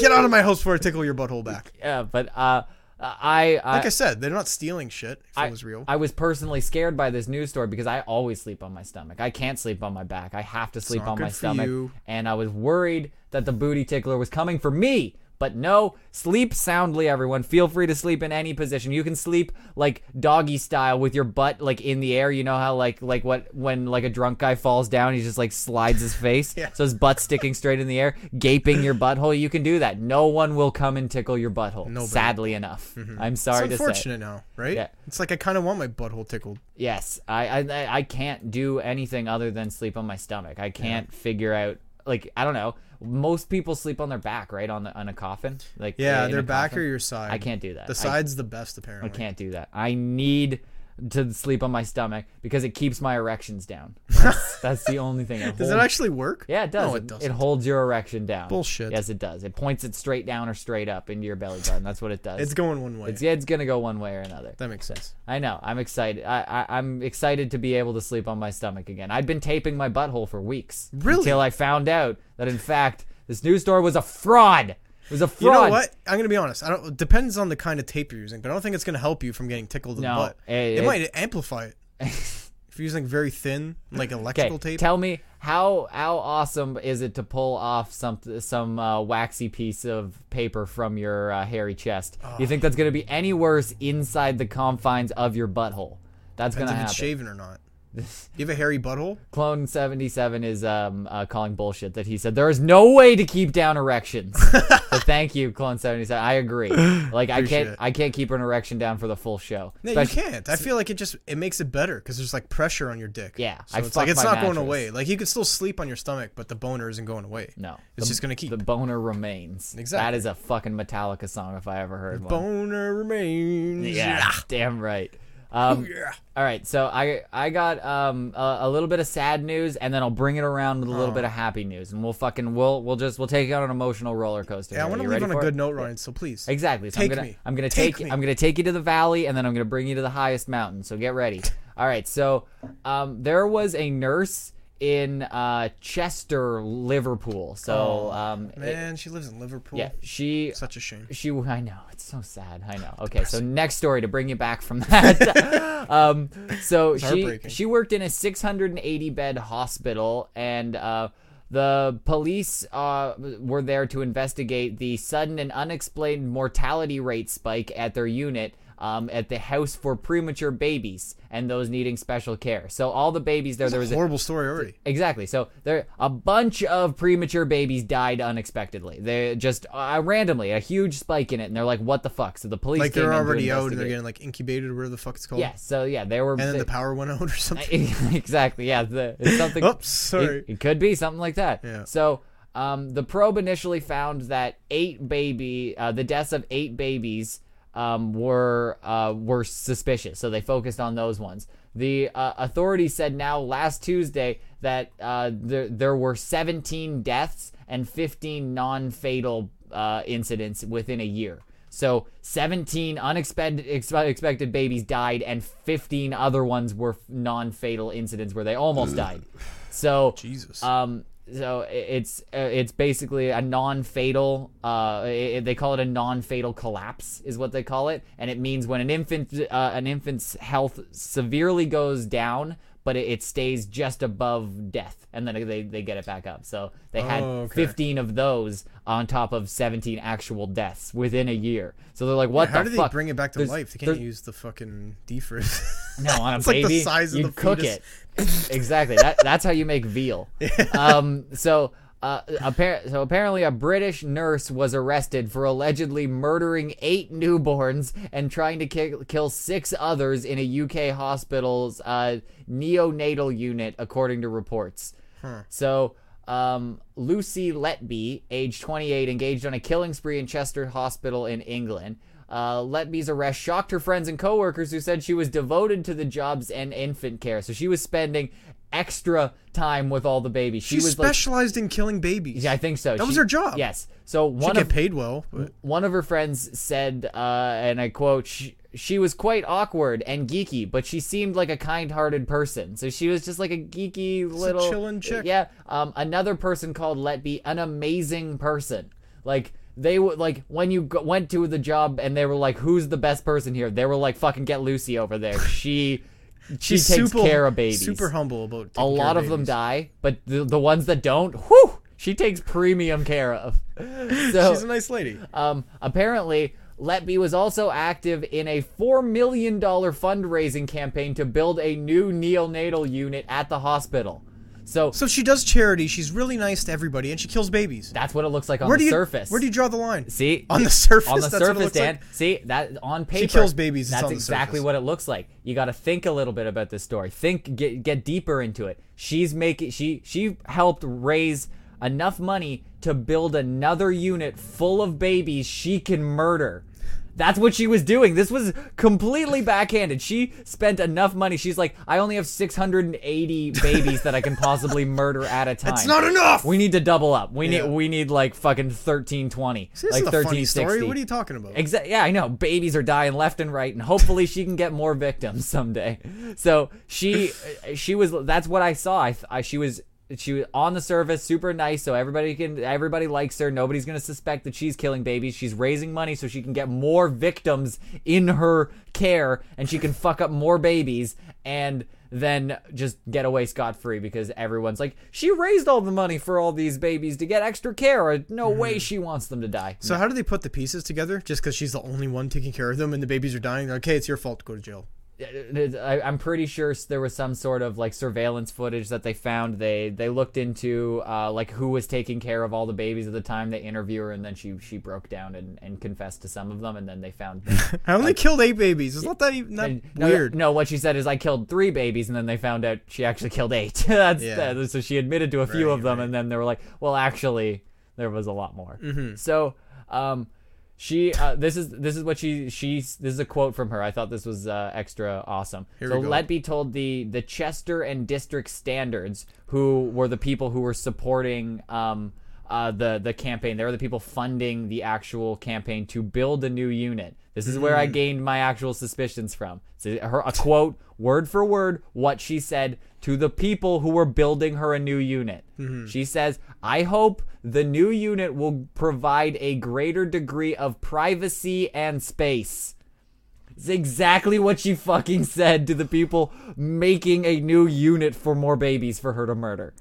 S2: get out of my house before I tickle your butthole back?
S6: yeah, but uh, I I,
S2: Like I said, they're not stealing shit. If it was real.
S6: I was personally scared by this news story because I always sleep on my stomach. I can't sleep on my back. I have to sleep
S2: not
S6: on my
S2: good for
S6: stomach.
S2: you.
S6: And I was worried that the booty tickler was coming for me. But no, sleep soundly, everyone. Feel free to sleep in any position. You can sleep like doggy style with your butt like in the air. You know how like like what when like a drunk guy falls down, he just like slides his
S2: *laughs*
S6: face, so his butt sticking straight in the air, gaping your butthole. You can do that. No one will come and tickle your butthole. Sadly enough, I'm sorry
S2: Mm-hmm. it's
S6: to say.
S2: unfortunate now, right?
S6: Yeah.
S2: It's like I kind of want my butthole tickled.
S6: Yes, I, I- I I can't do anything other than sleep on my stomach. I can't figure out like I don't know. Most people sleep on their back, right on the on a coffin. Like
S2: Yeah,
S6: in a
S2: their back
S6: coffin.
S2: or your side.
S6: I can't do that.
S2: The
S6: I-
S2: side's the best apparently.
S6: I can't do that. I need to sleep on my stomach because it keeps my erections down.
S2: *laughs*
S6: That's, that's the only thing. It
S2: Does it
S6: holds-
S2: actually work?
S6: Yeah, it does.
S2: No,
S6: it
S2: it doesn't.
S6: It holds your erection down.
S2: Bullshit.
S6: Yes, it does. It points it straight down or straight up into your belly button. That's what it does.
S2: it's going one way.
S6: It's, yeah, it's gonna go one way or another.
S2: that makes sense.
S6: I know. I'm excited. I, I I'm excited to be able to sleep on my stomach again. I'd been taping my butthole for weeks.
S2: Really?
S6: Until I found out that in fact this news store was a fraud. It was a
S2: You
S6: fraud.
S2: know what? I'm gonna be honest. I don't. It depends on the kind of tape you're using, but I don't think it's gonna help you from getting tickled in
S6: No,
S2: the butt.
S6: it-
S2: It,
S6: it-
S2: might amplify
S6: *laughs*
S2: it. if you're using very thin, like electrical
S6: Okay,
S2: tape.
S6: tell me how how awesome is it to pull off some some uh, waxy piece of paper from your uh, hairy chest? You think that's gonna be any worse inside the confines of your butthole? That's
S2: depends
S6: gonna
S2: if
S6: happen.
S2: it's shaven
S6: *laughs*
S2: or not. you have a hairy butthole.
S6: Clone seventy seven is um uh, calling bullshit that he said there is no way to keep down
S2: *laughs*
S6: erections. so thank you, Clone seventy seven. I agree. Like I can't
S2: it.
S6: I can't keep an erection down for the full show.
S2: No,
S6: Especially-
S2: you can't. I feel like it just it makes it better because there's like pressure on your dick.
S6: Yeah,
S2: so
S6: I
S2: it's like
S6: fucked
S2: it's
S6: my
S2: not going
S6: mattress.
S2: away. Like you could still sleep on your stomach, but the boner isn't going away.
S6: No,
S2: it's
S6: The-
S2: just gonna keep *laughs*
S6: the boner remains. That
S2: Exactly.
S6: is a fucking Metallica song if I ever heard one.
S2: boner remains.
S6: Yeah, damn right. Um,
S2: Oh, yeah.
S6: All right, so I I got um a, a little bit of sad news, and then I'll bring it around with a little bit of happy news, and we'll fucking we'll we'll just we'll take it on an emotional roller coaster.
S2: Yeah, I
S6: here.
S2: want
S6: You
S2: to leave
S6: ready
S2: on a
S6: for it?
S2: good note, Ryan. So please,
S6: Exactly. So
S2: Take
S6: I'm gonna
S2: me.
S6: I'm gonna
S2: Take
S6: take,
S2: me.
S6: I'm gonna take you to the valley, and then I'm gonna bring you to the highest mountain. So get
S2: *laughs*
S6: ready. All right. So um, there was a nurse in uh, Chester, Liverpool. So um, it-
S2: Oh, man, she lives in Liverpool.
S6: yeah, she
S2: Such a shame.
S6: she I know it's so sad. I know. Okay, so next story to bring you back from that. um, so she
S2: heartbreaking.
S6: she worked in a 680 bed hospital, and uh, the police uh, were there to investigate the sudden and unexplained mortality rate spike at their unit. Um, at the house for premature babies and those needing special care. So all the babies there, there was a,
S2: Horrible story already.
S6: Exactly. So there, a bunch of premature babies died unexpectedly. They just uh, randomly a huge spike in it, and they're like, "What the fuck?" So the police
S2: Like
S6: came
S2: they're
S6: in to
S2: already out and they're
S6: investigate.
S2: getting like incubated, or whatever the fuck it's called.
S6: yeah. So yeah, they were
S2: And then the power
S6: *laughs*
S2: went out or something.
S6: exactly. Yeah. The, it's something.
S2: *laughs* Oops, sorry.
S6: It, it could be something like that.
S2: Yeah.
S6: So um, the probe initially found that eight baby, uh, the deaths of eight babies um, were uh, were suspicious. So they focused on those ones. The uh, authorities said now last Tuesday that uh, there there were 17 deaths and 15 non-fatal uh, incidents within a year. So 17 unexpected expe- expected babies died, and 15 other ones were f- non-fatal incidents where they almost died. So
S2: *sighs* Jesus.
S6: um, so i- it's uh, it's basically a non-fatal. Uh, i i- they call it a non-fatal collapse, is what they call it, and it means when an infant uh, an infant's health severely goes down, but it, it stays just above death, and then they they get it back up. So they had
S2: Oh, okay.
S6: 15 of those on top of 17 actual deaths within a year. So they're like, what
S2: How
S6: the
S2: do they
S6: fuck?
S2: bring it back to
S6: There's-
S2: life? They
S6: there's-
S2: can't use the fucking defrost.
S6: *laughs* No, on a
S2: *laughs* It's like
S6: baby,
S2: the size of
S6: you
S2: the
S6: cook
S2: fetus.
S6: it. exactly. That, that's how you make veal.
S2: *laughs*
S6: Um, so, uh, appar- so apparently, a British nurse was arrested for allegedly murdering eight newborns and trying to ki- kill six others in a UK hospital's uh, neonatal unit, according to reports. So um, Lucy Letby, age 28, engaged on a killing spree in Chester Hospital in England. Uh, Letby's arrest shocked her friends and coworkers who said she was devoted to the jobs and infant care. So she was spending extra time with all the babies. She
S2: She's
S6: was like,
S2: specialized in killing babies.
S6: I think so.
S2: That was
S6: She-
S2: her job.
S6: Yes. So
S2: She
S6: one
S2: get
S6: of
S2: paid well. But
S6: one of her friends said, uh, and I quote, she, she was quite awkward and geeky, but she seemed like a kind hearted person. So she was just like a geeky little.
S2: chillin' chick.
S6: Yeah. Um, another person called Letby an amazing person. Like, they would like when you go- went to the job and they were like, "Who's the best person here?" They were like, "Fucking get Lucy over there."
S2: *laughs*
S6: She, she
S2: she's
S6: takes
S2: super,
S6: care of babies.
S2: Super humble about.
S6: A
S2: taking care
S6: lot of them
S2: babies.
S6: die, but the, the ones that don't, whew, she takes premium care
S2: *laughs*
S6: of. So
S2: She's a nice lady.
S6: um, apparently, Letby was also active in a $4 million fundraising campaign to build a new neonatal unit at the hospital. So,
S2: so she does charity. She's really nice to everybody, and she kills babies.
S6: that's what it looks like on
S2: where
S6: the
S2: do you
S6: surface.
S2: where do you draw the line?
S6: See
S2: on the surface.
S6: On the
S2: that's
S6: surface,
S2: what it looks
S6: Dan.
S2: Like.
S6: See that on paper.
S2: kills babies, it's
S6: That's
S2: on the
S6: exactly
S2: surface.
S6: what it looks like. You got to think a little bit about this story. Think, get get deeper into it. She's making she she helped raise enough money to build another unit full of babies she can murder. That's what she was doing. This was completely backhanded. She spent enough money. She's like, I only have 680 babies that I can possibly murder at a time.
S2: *laughs* It's not enough.
S6: We need to double up. We
S2: Yeah.
S6: need we need like fucking 1320.
S2: See, this
S6: like
S2: is a funny story.
S6: 1360.
S2: What are you talking about?
S6: Exa- yeah, I know. Babies are dying left and right, and hopefully she can get more victims someday. So she, she was. That's what I saw. I, I she was. She was on the surface, super nice, so everybody can everybody likes her. Nobody's gonna suspect that she's killing babies. She's raising money so she can get more victims in her care, and she can fuck up more babies, and then just get away scot free because everyone's like, she raised all the money for all these babies to get extra care. or No way she wants them to die.
S2: So how do they put the pieces together? Just because she's the only one taking care of them, and the babies are dying. They're like, okay, it's your fault. Go to jail.
S6: I, I'm pretty sure there was some sort of like surveillance footage that they found. They they looked into uh, like who was taking care of all the babies at the time. They interview her, and then she she broke down and, and confessed to some of them, and then they found.
S2: *laughs* I only killed eight babies. It's not that even that
S6: No,
S2: weird.
S6: No, what she said is I killed three babies, and then they found out she actually killed eight. *laughs* That's
S2: Yeah.
S6: that- so she admitted to a few
S2: Right, Mm-hmm.
S6: of them, and then they were like, well, actually, there was a lot more. So. Um, She uh, this is this is what she she this is a quote from her. I thought this was uh, extra awesome.
S2: Here
S6: so
S2: we go.
S6: Letby told the the Chester and district standards who were the people who were supporting um uh, the the campaign. They were the people funding the actual campaign to build a new unit. This is where I gained my actual suspicions from. So her a quote word for word what she said to the people who were building her a new unit. She says, "I hope the new unit will provide a greater degree of privacy and space." It's exactly what she fucking said to the people making a new unit for more babies for her to
S2: *laughs*
S6: murder.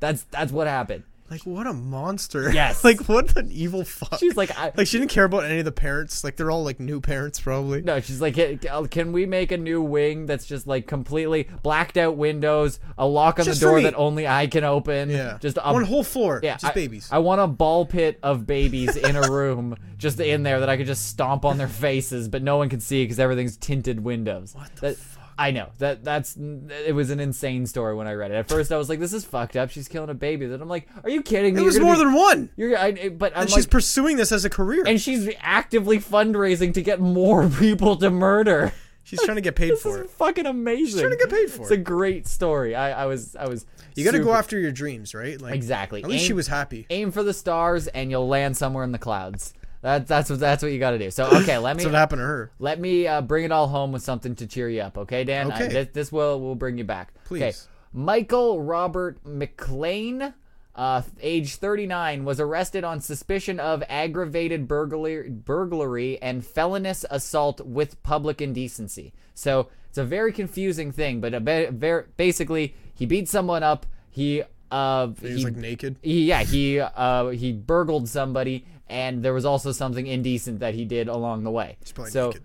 S6: That's that's what happened.
S2: Like what a monster! *laughs*
S6: Yes.
S2: like what an evil fuck.
S6: She's like, I-
S2: like she didn't care about any of the parents. Like they're all like new parents probably.
S6: No, she's like, "Hey, can we make a new wing that's just like completely blacked out windows, a lock on
S2: Just
S6: the
S2: for
S6: door
S2: me.
S6: that only I can open?
S2: Yeah,
S6: just a,
S2: one whole floor.
S6: yeah,
S2: just
S6: I-
S2: babies.
S6: I want a ball pit of babies in a room, just in there that I could just stomp on their faces, but no one can see because everything's tinted windows. What the fuck? I know that that's it was an insane story when I read it. At first, I was like, "This is fucked up. She's killing a baby." Then I'm like, "Are you kidding me?"
S2: it
S6: You're
S2: was
S6: gonna
S2: more
S6: be-
S2: than one.
S6: *laughs* You're, I, but I'm
S2: And
S6: like,
S2: she's pursuing this as a career.
S6: and she's actively fundraising to get more *laughs* people to murder. *laughs*
S2: she's trying to get paid
S6: This
S2: for
S6: is
S2: it.
S6: fucking amazing. She's
S2: trying to get paid for
S6: it's
S2: it.
S6: a great story. I, I was I was.
S2: You got to go
S6: super-
S2: after your dreams, right? Like
S6: Exactly.
S2: At least
S6: Aim-
S2: she was happy.
S6: Aim for the stars, and you'll land somewhere in the clouds. That, that's what that's what you got to do. So okay,
S2: *laughs*
S6: let
S2: That's
S6: me
S2: what happened to her.
S6: let me uh, bring it all home with something to cheer you up. Okay, Dan. I-
S2: Okay.
S6: this, this will will bring you back. Okay.
S2: Please.
S6: Michael Robert McLean. Uh, age 39 was arrested on suspicion of aggravated burglary, burglary and felonious assault with public indecency. So it's a very confusing thing, but a ba- ver- basically he beat someone up. He uh
S2: He was like naked.
S6: he, yeah, he uh, he burgled somebody, and there was also something indecent that he did along the way.
S2: probably
S6: So,
S2: naked.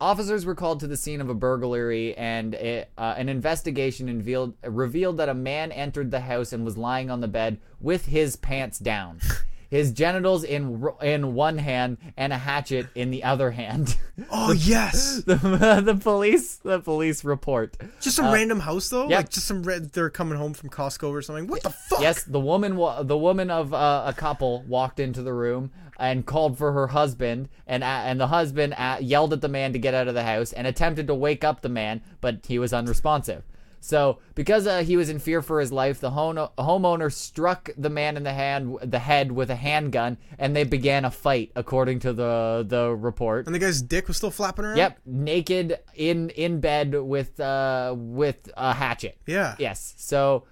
S6: officers were called to the scene of a burglary, and it, uh, an investigation revealed revealed that a man entered the house and was lying on the bed with his pants
S2: *laughs*
S6: down, his genitals in ro- in one hand and a hatchet in the other hand. *laughs*
S2: Oh yes,
S6: the, the police the police report.
S2: just some random house though.
S6: Uh, yeah.
S2: Like just some red. They're coming home from Costco or something. What the fuck?
S6: Yes, the woman, wa- the woman of uh, a couple, walked into the room and called for her husband, and uh, and the husband uh, yelled at the man to get out of the house and attempted to wake up the man, but he was unresponsive. So, because uh, he was in fear for his life, the home- homeowner struck the man in the hand, the head with a handgun, and they began a fight, according to the the report.
S2: And the guy's dick was still flapping around.
S6: Yep, naked in in bed with uh with a hatchet.
S2: Yeah.
S6: Yes. So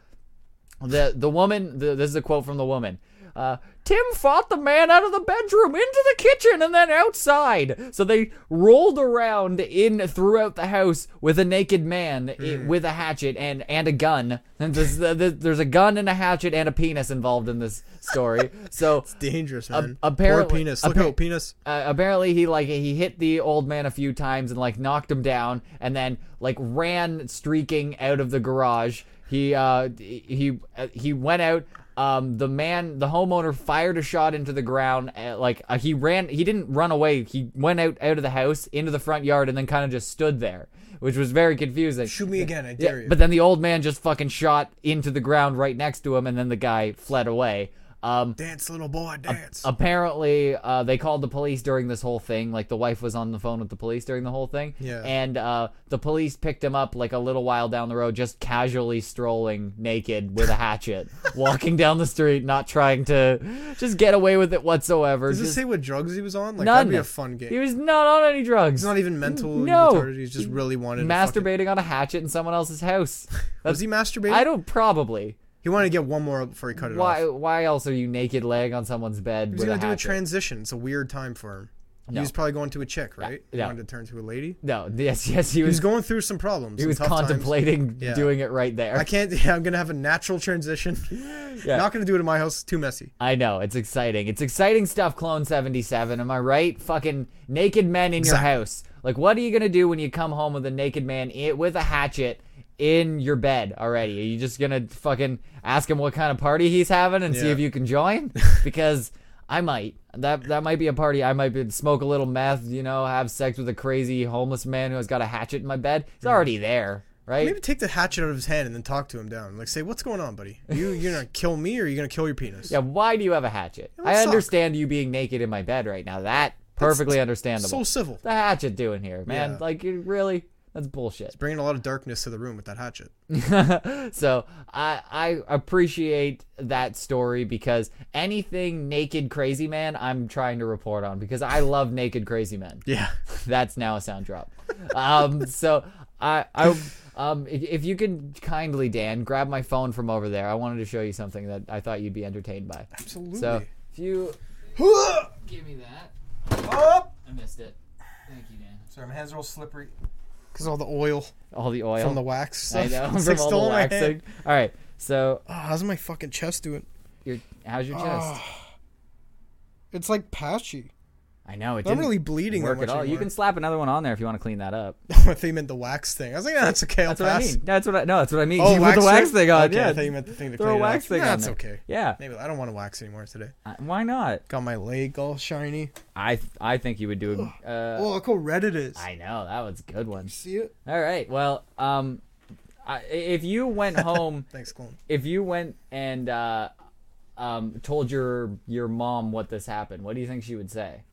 S6: the the woman the, this is a quote from the woman. Uh, Tim fought the man out of the bedroom into the kitchen and then outside. So they rolled around in throughout the house with a naked man i- with a hatchet and and a gun. *laughs* And there's, there's a gun and a hatchet and a penis involved in this story. So
S2: Dangerous man.
S6: apparently-
S2: Or penis. Look
S6: appar-
S2: out, penis.
S6: uh, apparently he like he hit the old man a few times and like knocked him down and then like ran streaking out of the garage he uh he uh, he went out um the man the homeowner fired a shot into the ground uh, like uh, he ran he didn't run away he went out out of the house into the front yard and then kind of just stood there which was very confusing
S2: Shoot me again, I
S6: yeah,
S2: dare you.
S6: but then the old man just fucking shot into the ground right next to him and then the guy fled away um
S2: dance, little boy, dance.
S6: apparently uh, they called the police during this whole thing like the wife was on the phone with the police during the whole thing
S2: Yeah.
S6: and uh, the police picked him up like a little while down the road just casually strolling naked with a hatchet
S2: *laughs*
S6: walking down the street not trying to just get away with it whatsoever
S2: Does it
S6: just
S2: say what drugs he was on? Like
S6: none
S2: that'd be a fun game.
S6: he was not on any drugs
S2: It's not even mental
S6: No.
S2: retarded. He just really wanted To fucking-
S6: masturbating on a hatchet in someone else's
S2: *laughs*
S6: house
S2: was he masturbating?
S6: i don't probably
S2: He wanted to get one more up before he cut it
S6: why
S2: off.
S6: why else are you naked laying on someone's bed
S2: He was
S6: with
S2: gonna
S6: a
S2: do a
S6: hatchet?
S2: transition. It's a weird time for him. He was probably going to a chick, right? He
S6: yeah.
S2: wanted to turn to a lady.
S6: no yes yes he
S2: He
S6: was
S2: was going through some problems.
S6: He was contemplating
S2: Yeah.
S6: doing it right there.
S2: I can't. *laughs* Yeah, I'm gonna have a natural transition. Not gonna do it in my house. It's too messy.
S6: I know it's exciting. It's exciting stuff. Clone seventy seven. Am I right? Fucking naked men in your
S2: Exactly.
S6: house. Like, what are you gonna do when you come home with a naked man i with a hatchet in your bed already? Are you just gonna fucking ask him what kind of party he's having and see
S2: Yeah.
S6: if you can
S2: *laughs*
S6: join? because I might. That that might be a party. I might be, smoke a little meth. You know, have sex with a crazy homeless man who has got a hatchet in my bed. He's already there. right?
S2: Hmm. Maybe take the hatchet out of his hand and then talk to him down. Like, say, what's going on, buddy? You you're
S6: *laughs*
S2: gonna kill me or you're gonna kill your penis?
S6: Yeah, why do you have a hatchet?
S2: It would
S6: I
S2: suck.
S6: understand you being naked in my bed right now. That perfectly understandable.
S2: So civil.
S6: the hatchet doing here, man?
S2: Yeah.
S6: Like, you really? That's bullshit. *laughs*
S2: Bringing a lot of darkness to the room with that hatchet.
S6: so I I appreciate that story because anything naked crazy man I'm trying to report on because I love naked crazy men.
S2: Yeah.
S6: That's now a sound drop. Um, so I I um if, if you could kindly Dan grab my phone from over there. I wanted to show you something that I thought you'd be entertained by.
S2: Absolutely.
S6: So if you
S2: oh!
S6: give me that, I missed it. Thank you, Dan.
S2: Sorry, my hands are all slippery. Cause all the oil
S6: All the oil
S2: from the wax. Stuff.
S6: I know *laughs*
S2: *laughs* It's,
S6: from
S2: like,
S6: all
S2: still
S6: the
S2: in my hand.
S6: waxing. All right, so
S2: Ah, how's my fucking chest doing?
S6: your how's your chest?
S2: Ah, It's like patchy.
S6: I know it.
S2: I'm
S6: Didn't
S2: really bleeding. that
S6: work
S2: much
S6: at all. You
S2: anymore.
S6: can slap another one on there if you want to clean that up.
S2: *laughs* I thought you meant the wax thing. I was like, ah, that's okay. I'll
S6: That's what I
S2: pass.
S6: mean. That's what I no. That's what I mean.
S2: Oh,
S6: you put the
S2: waxer?
S6: wax thing on.
S2: Okay,
S6: yeah,
S2: I thought you meant the thing to
S6: throw
S2: clean
S6: a
S2: it
S6: wax
S2: up.
S6: thing
S2: Nah,
S6: on.
S2: it's
S6: there.
S2: okay.
S6: Yeah,
S2: Maybe I don't want to wax anymore today.
S6: Uh, why not?
S2: Got my leg all shiny.
S6: I th- I think you would do. A, uh,
S2: oh, look how red it is.
S6: I know that was a good one.
S2: See it?
S6: All right. Well, um, I, if you went
S2: *laughs*
S6: home,
S2: Thanks, Colin.
S6: if you went and uh, um, told your your mom what this happened, what do you think she would say?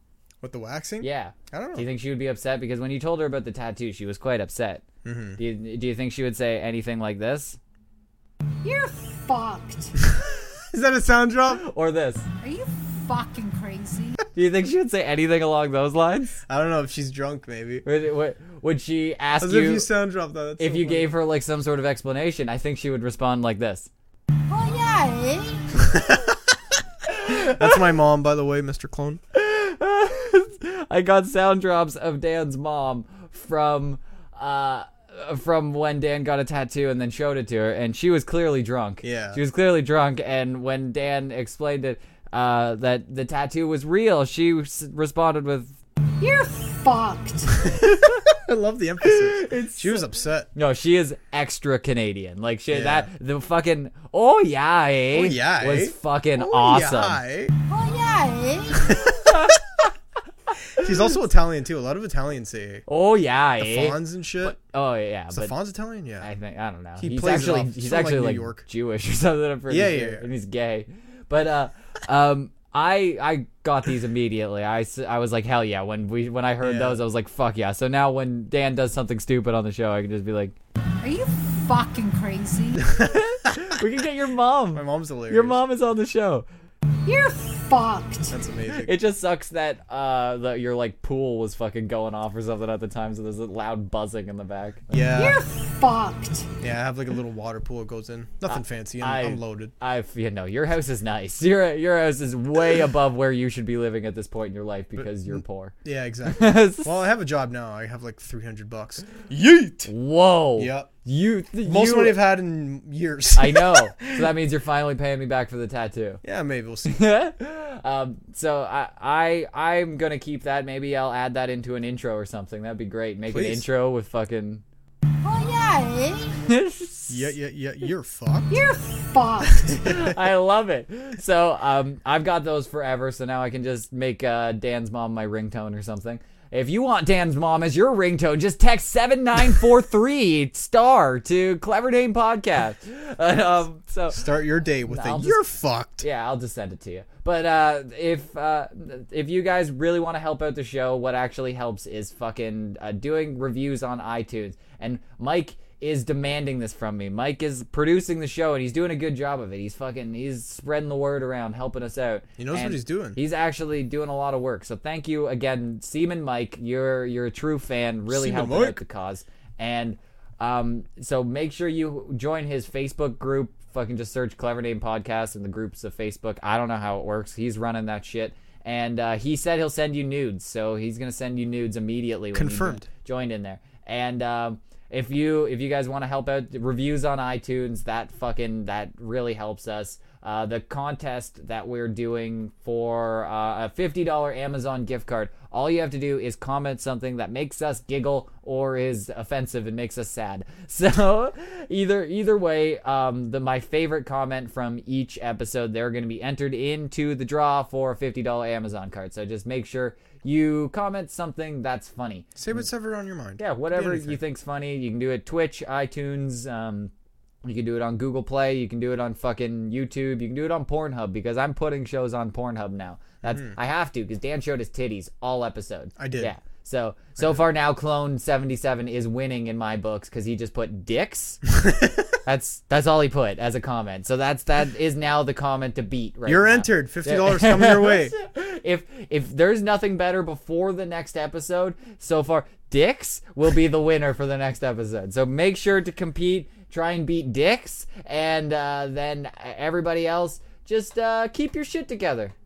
S2: With the waxing?
S6: Yeah.
S2: I don't know.
S6: Do you think she would be upset? Because when you told her about the tattoo, she was quite upset. Do, you, do you think she would say anything like this
S8: You're fucked.
S2: *laughs* Is that a sound drop?
S6: or this?
S8: Are you fucking crazy?
S6: *laughs* Do you think she would say anything along those lines?
S2: I don't know if she's drunk, maybe.
S6: Would, would, would she ask
S2: As
S6: you
S2: if you sound drop though. That's
S6: if
S2: so
S6: you
S2: funny.
S6: gave her like some sort of explanation? I think she would respond like this.
S8: Oh yeah, eh?
S2: That's my mom, by the way, Mr. Clone. *laughs*
S6: *laughs* I got sound drops of Dan's mom from uh from when Dan got a tattoo and then showed it to her, and she was clearly drunk.
S2: Yeah.
S6: she was clearly drunk, and when Dan explained it uh, that the tattoo was real, she s- responded with,
S8: You're fucked.
S2: I love
S6: *laughs*
S2: the emphasis. she was upset.
S6: "No, she is extra Canadian. Like she
S2: Yeah.
S6: that the fucking oh yeah, eh,
S2: Oh, yeah,
S6: was
S2: eh?
S6: fucking
S2: Oh,
S6: awesome."
S2: yeah,
S8: Oh yeah, eh?
S2: eh? *laughs* She's also Italian too. A lot of Italians say
S6: Oh yeah, eh.
S2: Fonz and shit.
S6: Oh yeah,
S2: Is
S6: but
S2: the Fonz Italian? Yeah.
S6: I think I don't know.
S2: He
S6: he's
S2: plays it
S6: actually
S2: off.
S6: he's
S2: Sort of like
S6: actually
S2: New
S6: like,
S2: York.
S6: Jewish or *laughs* something. I'm pretty
S2: Yeah,
S6: sure.
S2: yeah, yeah.
S6: And he's gay, but uh, *laughs* um, I I got these immediately. I, s- I was like hell yeah when we when I heard
S2: Yeah.
S6: those I was like fuck yeah. So now when Dan does something stupid on the show, I can just be like,
S8: Are you fucking *laughs* crazy?
S6: we can get your
S2: *laughs* My
S6: mom.
S2: mom's hilarious.
S6: Your mom is on the show.
S8: You're fucked.
S2: That's amazing.
S6: It just sucks that uh that your like pool was fucking going off or something at the time, so there's a loud buzzing in the back.
S2: yeah.
S8: You're fucked.
S2: Yeah, I have like a little water pool it goes in. Nothing fancy. I'm,
S6: I-
S2: I'm loaded.
S6: I've you know your house is nice. Your your house is
S2: *laughs*
S6: way above where you should be living at this point in your life because you're poor.
S2: Yeah, *laughs* exactly. well, I have a job now. I have like 300 bucks. Yeet!
S6: Whoa.
S2: Yep.
S6: You th-
S2: Most
S6: you,
S2: money I've had in years.
S6: I know. So that means you're finally paying me back for the tattoo. *laughs*
S2: *laughs* yeah, maybe we'll see.
S6: um, so I I I'm gonna keep that. Maybe I'll add that into an intro or something. That'd be great. Make an
S2: Please.
S6: intro with fucking. *laughs*
S8: Oh yeah, eh?
S2: *laughs* Yeah, yeah, yeah. You're fucked.
S8: You're fucked.
S6: I love it. So um, I've got those forever. So now I can just make uh, Dan's mom my ringtone or something. If you want Dan's mom as your ringtone, just text seven nine four three star to Clever Name Podcast. *laughs* um, so
S2: Start your day with
S6: I'll
S2: a
S6: just-
S2: you're fucked.
S6: yeah, I'll just send it to you. But uh, if uh, if you guys really want to help out the show, what actually helps is fucking uh, doing reviews on iTunes. And Mike is demanding this from me. Mike is producing the show, and he's doing a good job of it. He's fucking he's spreading the word around, helping us out.
S2: He knows what
S6: And
S2: he's doing.
S6: He's actually doing a lot of work. So thank you again, Seaman Mike. You're you're a true fan. Really
S2: Seaman
S6: helping out
S2: Mike.
S6: the cause. And um, so make sure you join his Facebook group. Fucking just search Clever Name Podcast in the groups of Facebook. I don't know how it works. He's running that shit. And uh, he said he'll send you nudes. So he's going to send you nudes immediately. When you
S2: Confirmed.
S6: Joined in there. And. Um, if you if you guys want to help out the reviews on iTunes, that fucking that really helps us. Uh, the contest that we're doing for uh, a fifty dollar Amazon gift card All you have to do is comment something that makes us giggle or is offensive and makes us sad. *laughs* So either either way, um, the my favorite comment from each episode, they're going to be entered into the draw for a fifty dollar Amazon card. So just make sure you comment something that's funny.
S2: Say what's ever on your mind.
S6: Yeah, whatever
S2: Anything.
S6: you think's funny, you can do it Twitch, iTunes, um, you can do it on Google Play, you can do it on fucking YouTube, you can do it on Pornhub because I'm putting shows on Pornhub now. That's I have to because Dan showed his titties all episode.
S2: Hmm. I did.
S6: Yeah. So so far now, Clone seventy seven is winning in my books because he just put
S2: *laughs*
S6: dicks. that's that's all he put as a comment. So that's that is now the comment to beat. Right.
S2: You're
S6: now.
S2: entered. Fifty dollars coming your way.
S6: *laughs* If if there's nothing better before the next episode, so far Dix will be the winner for the next episode. So make sure to compete, try and beat Dix, and uh, then everybody else just uh, keep your shit together.
S8: Oh, eh?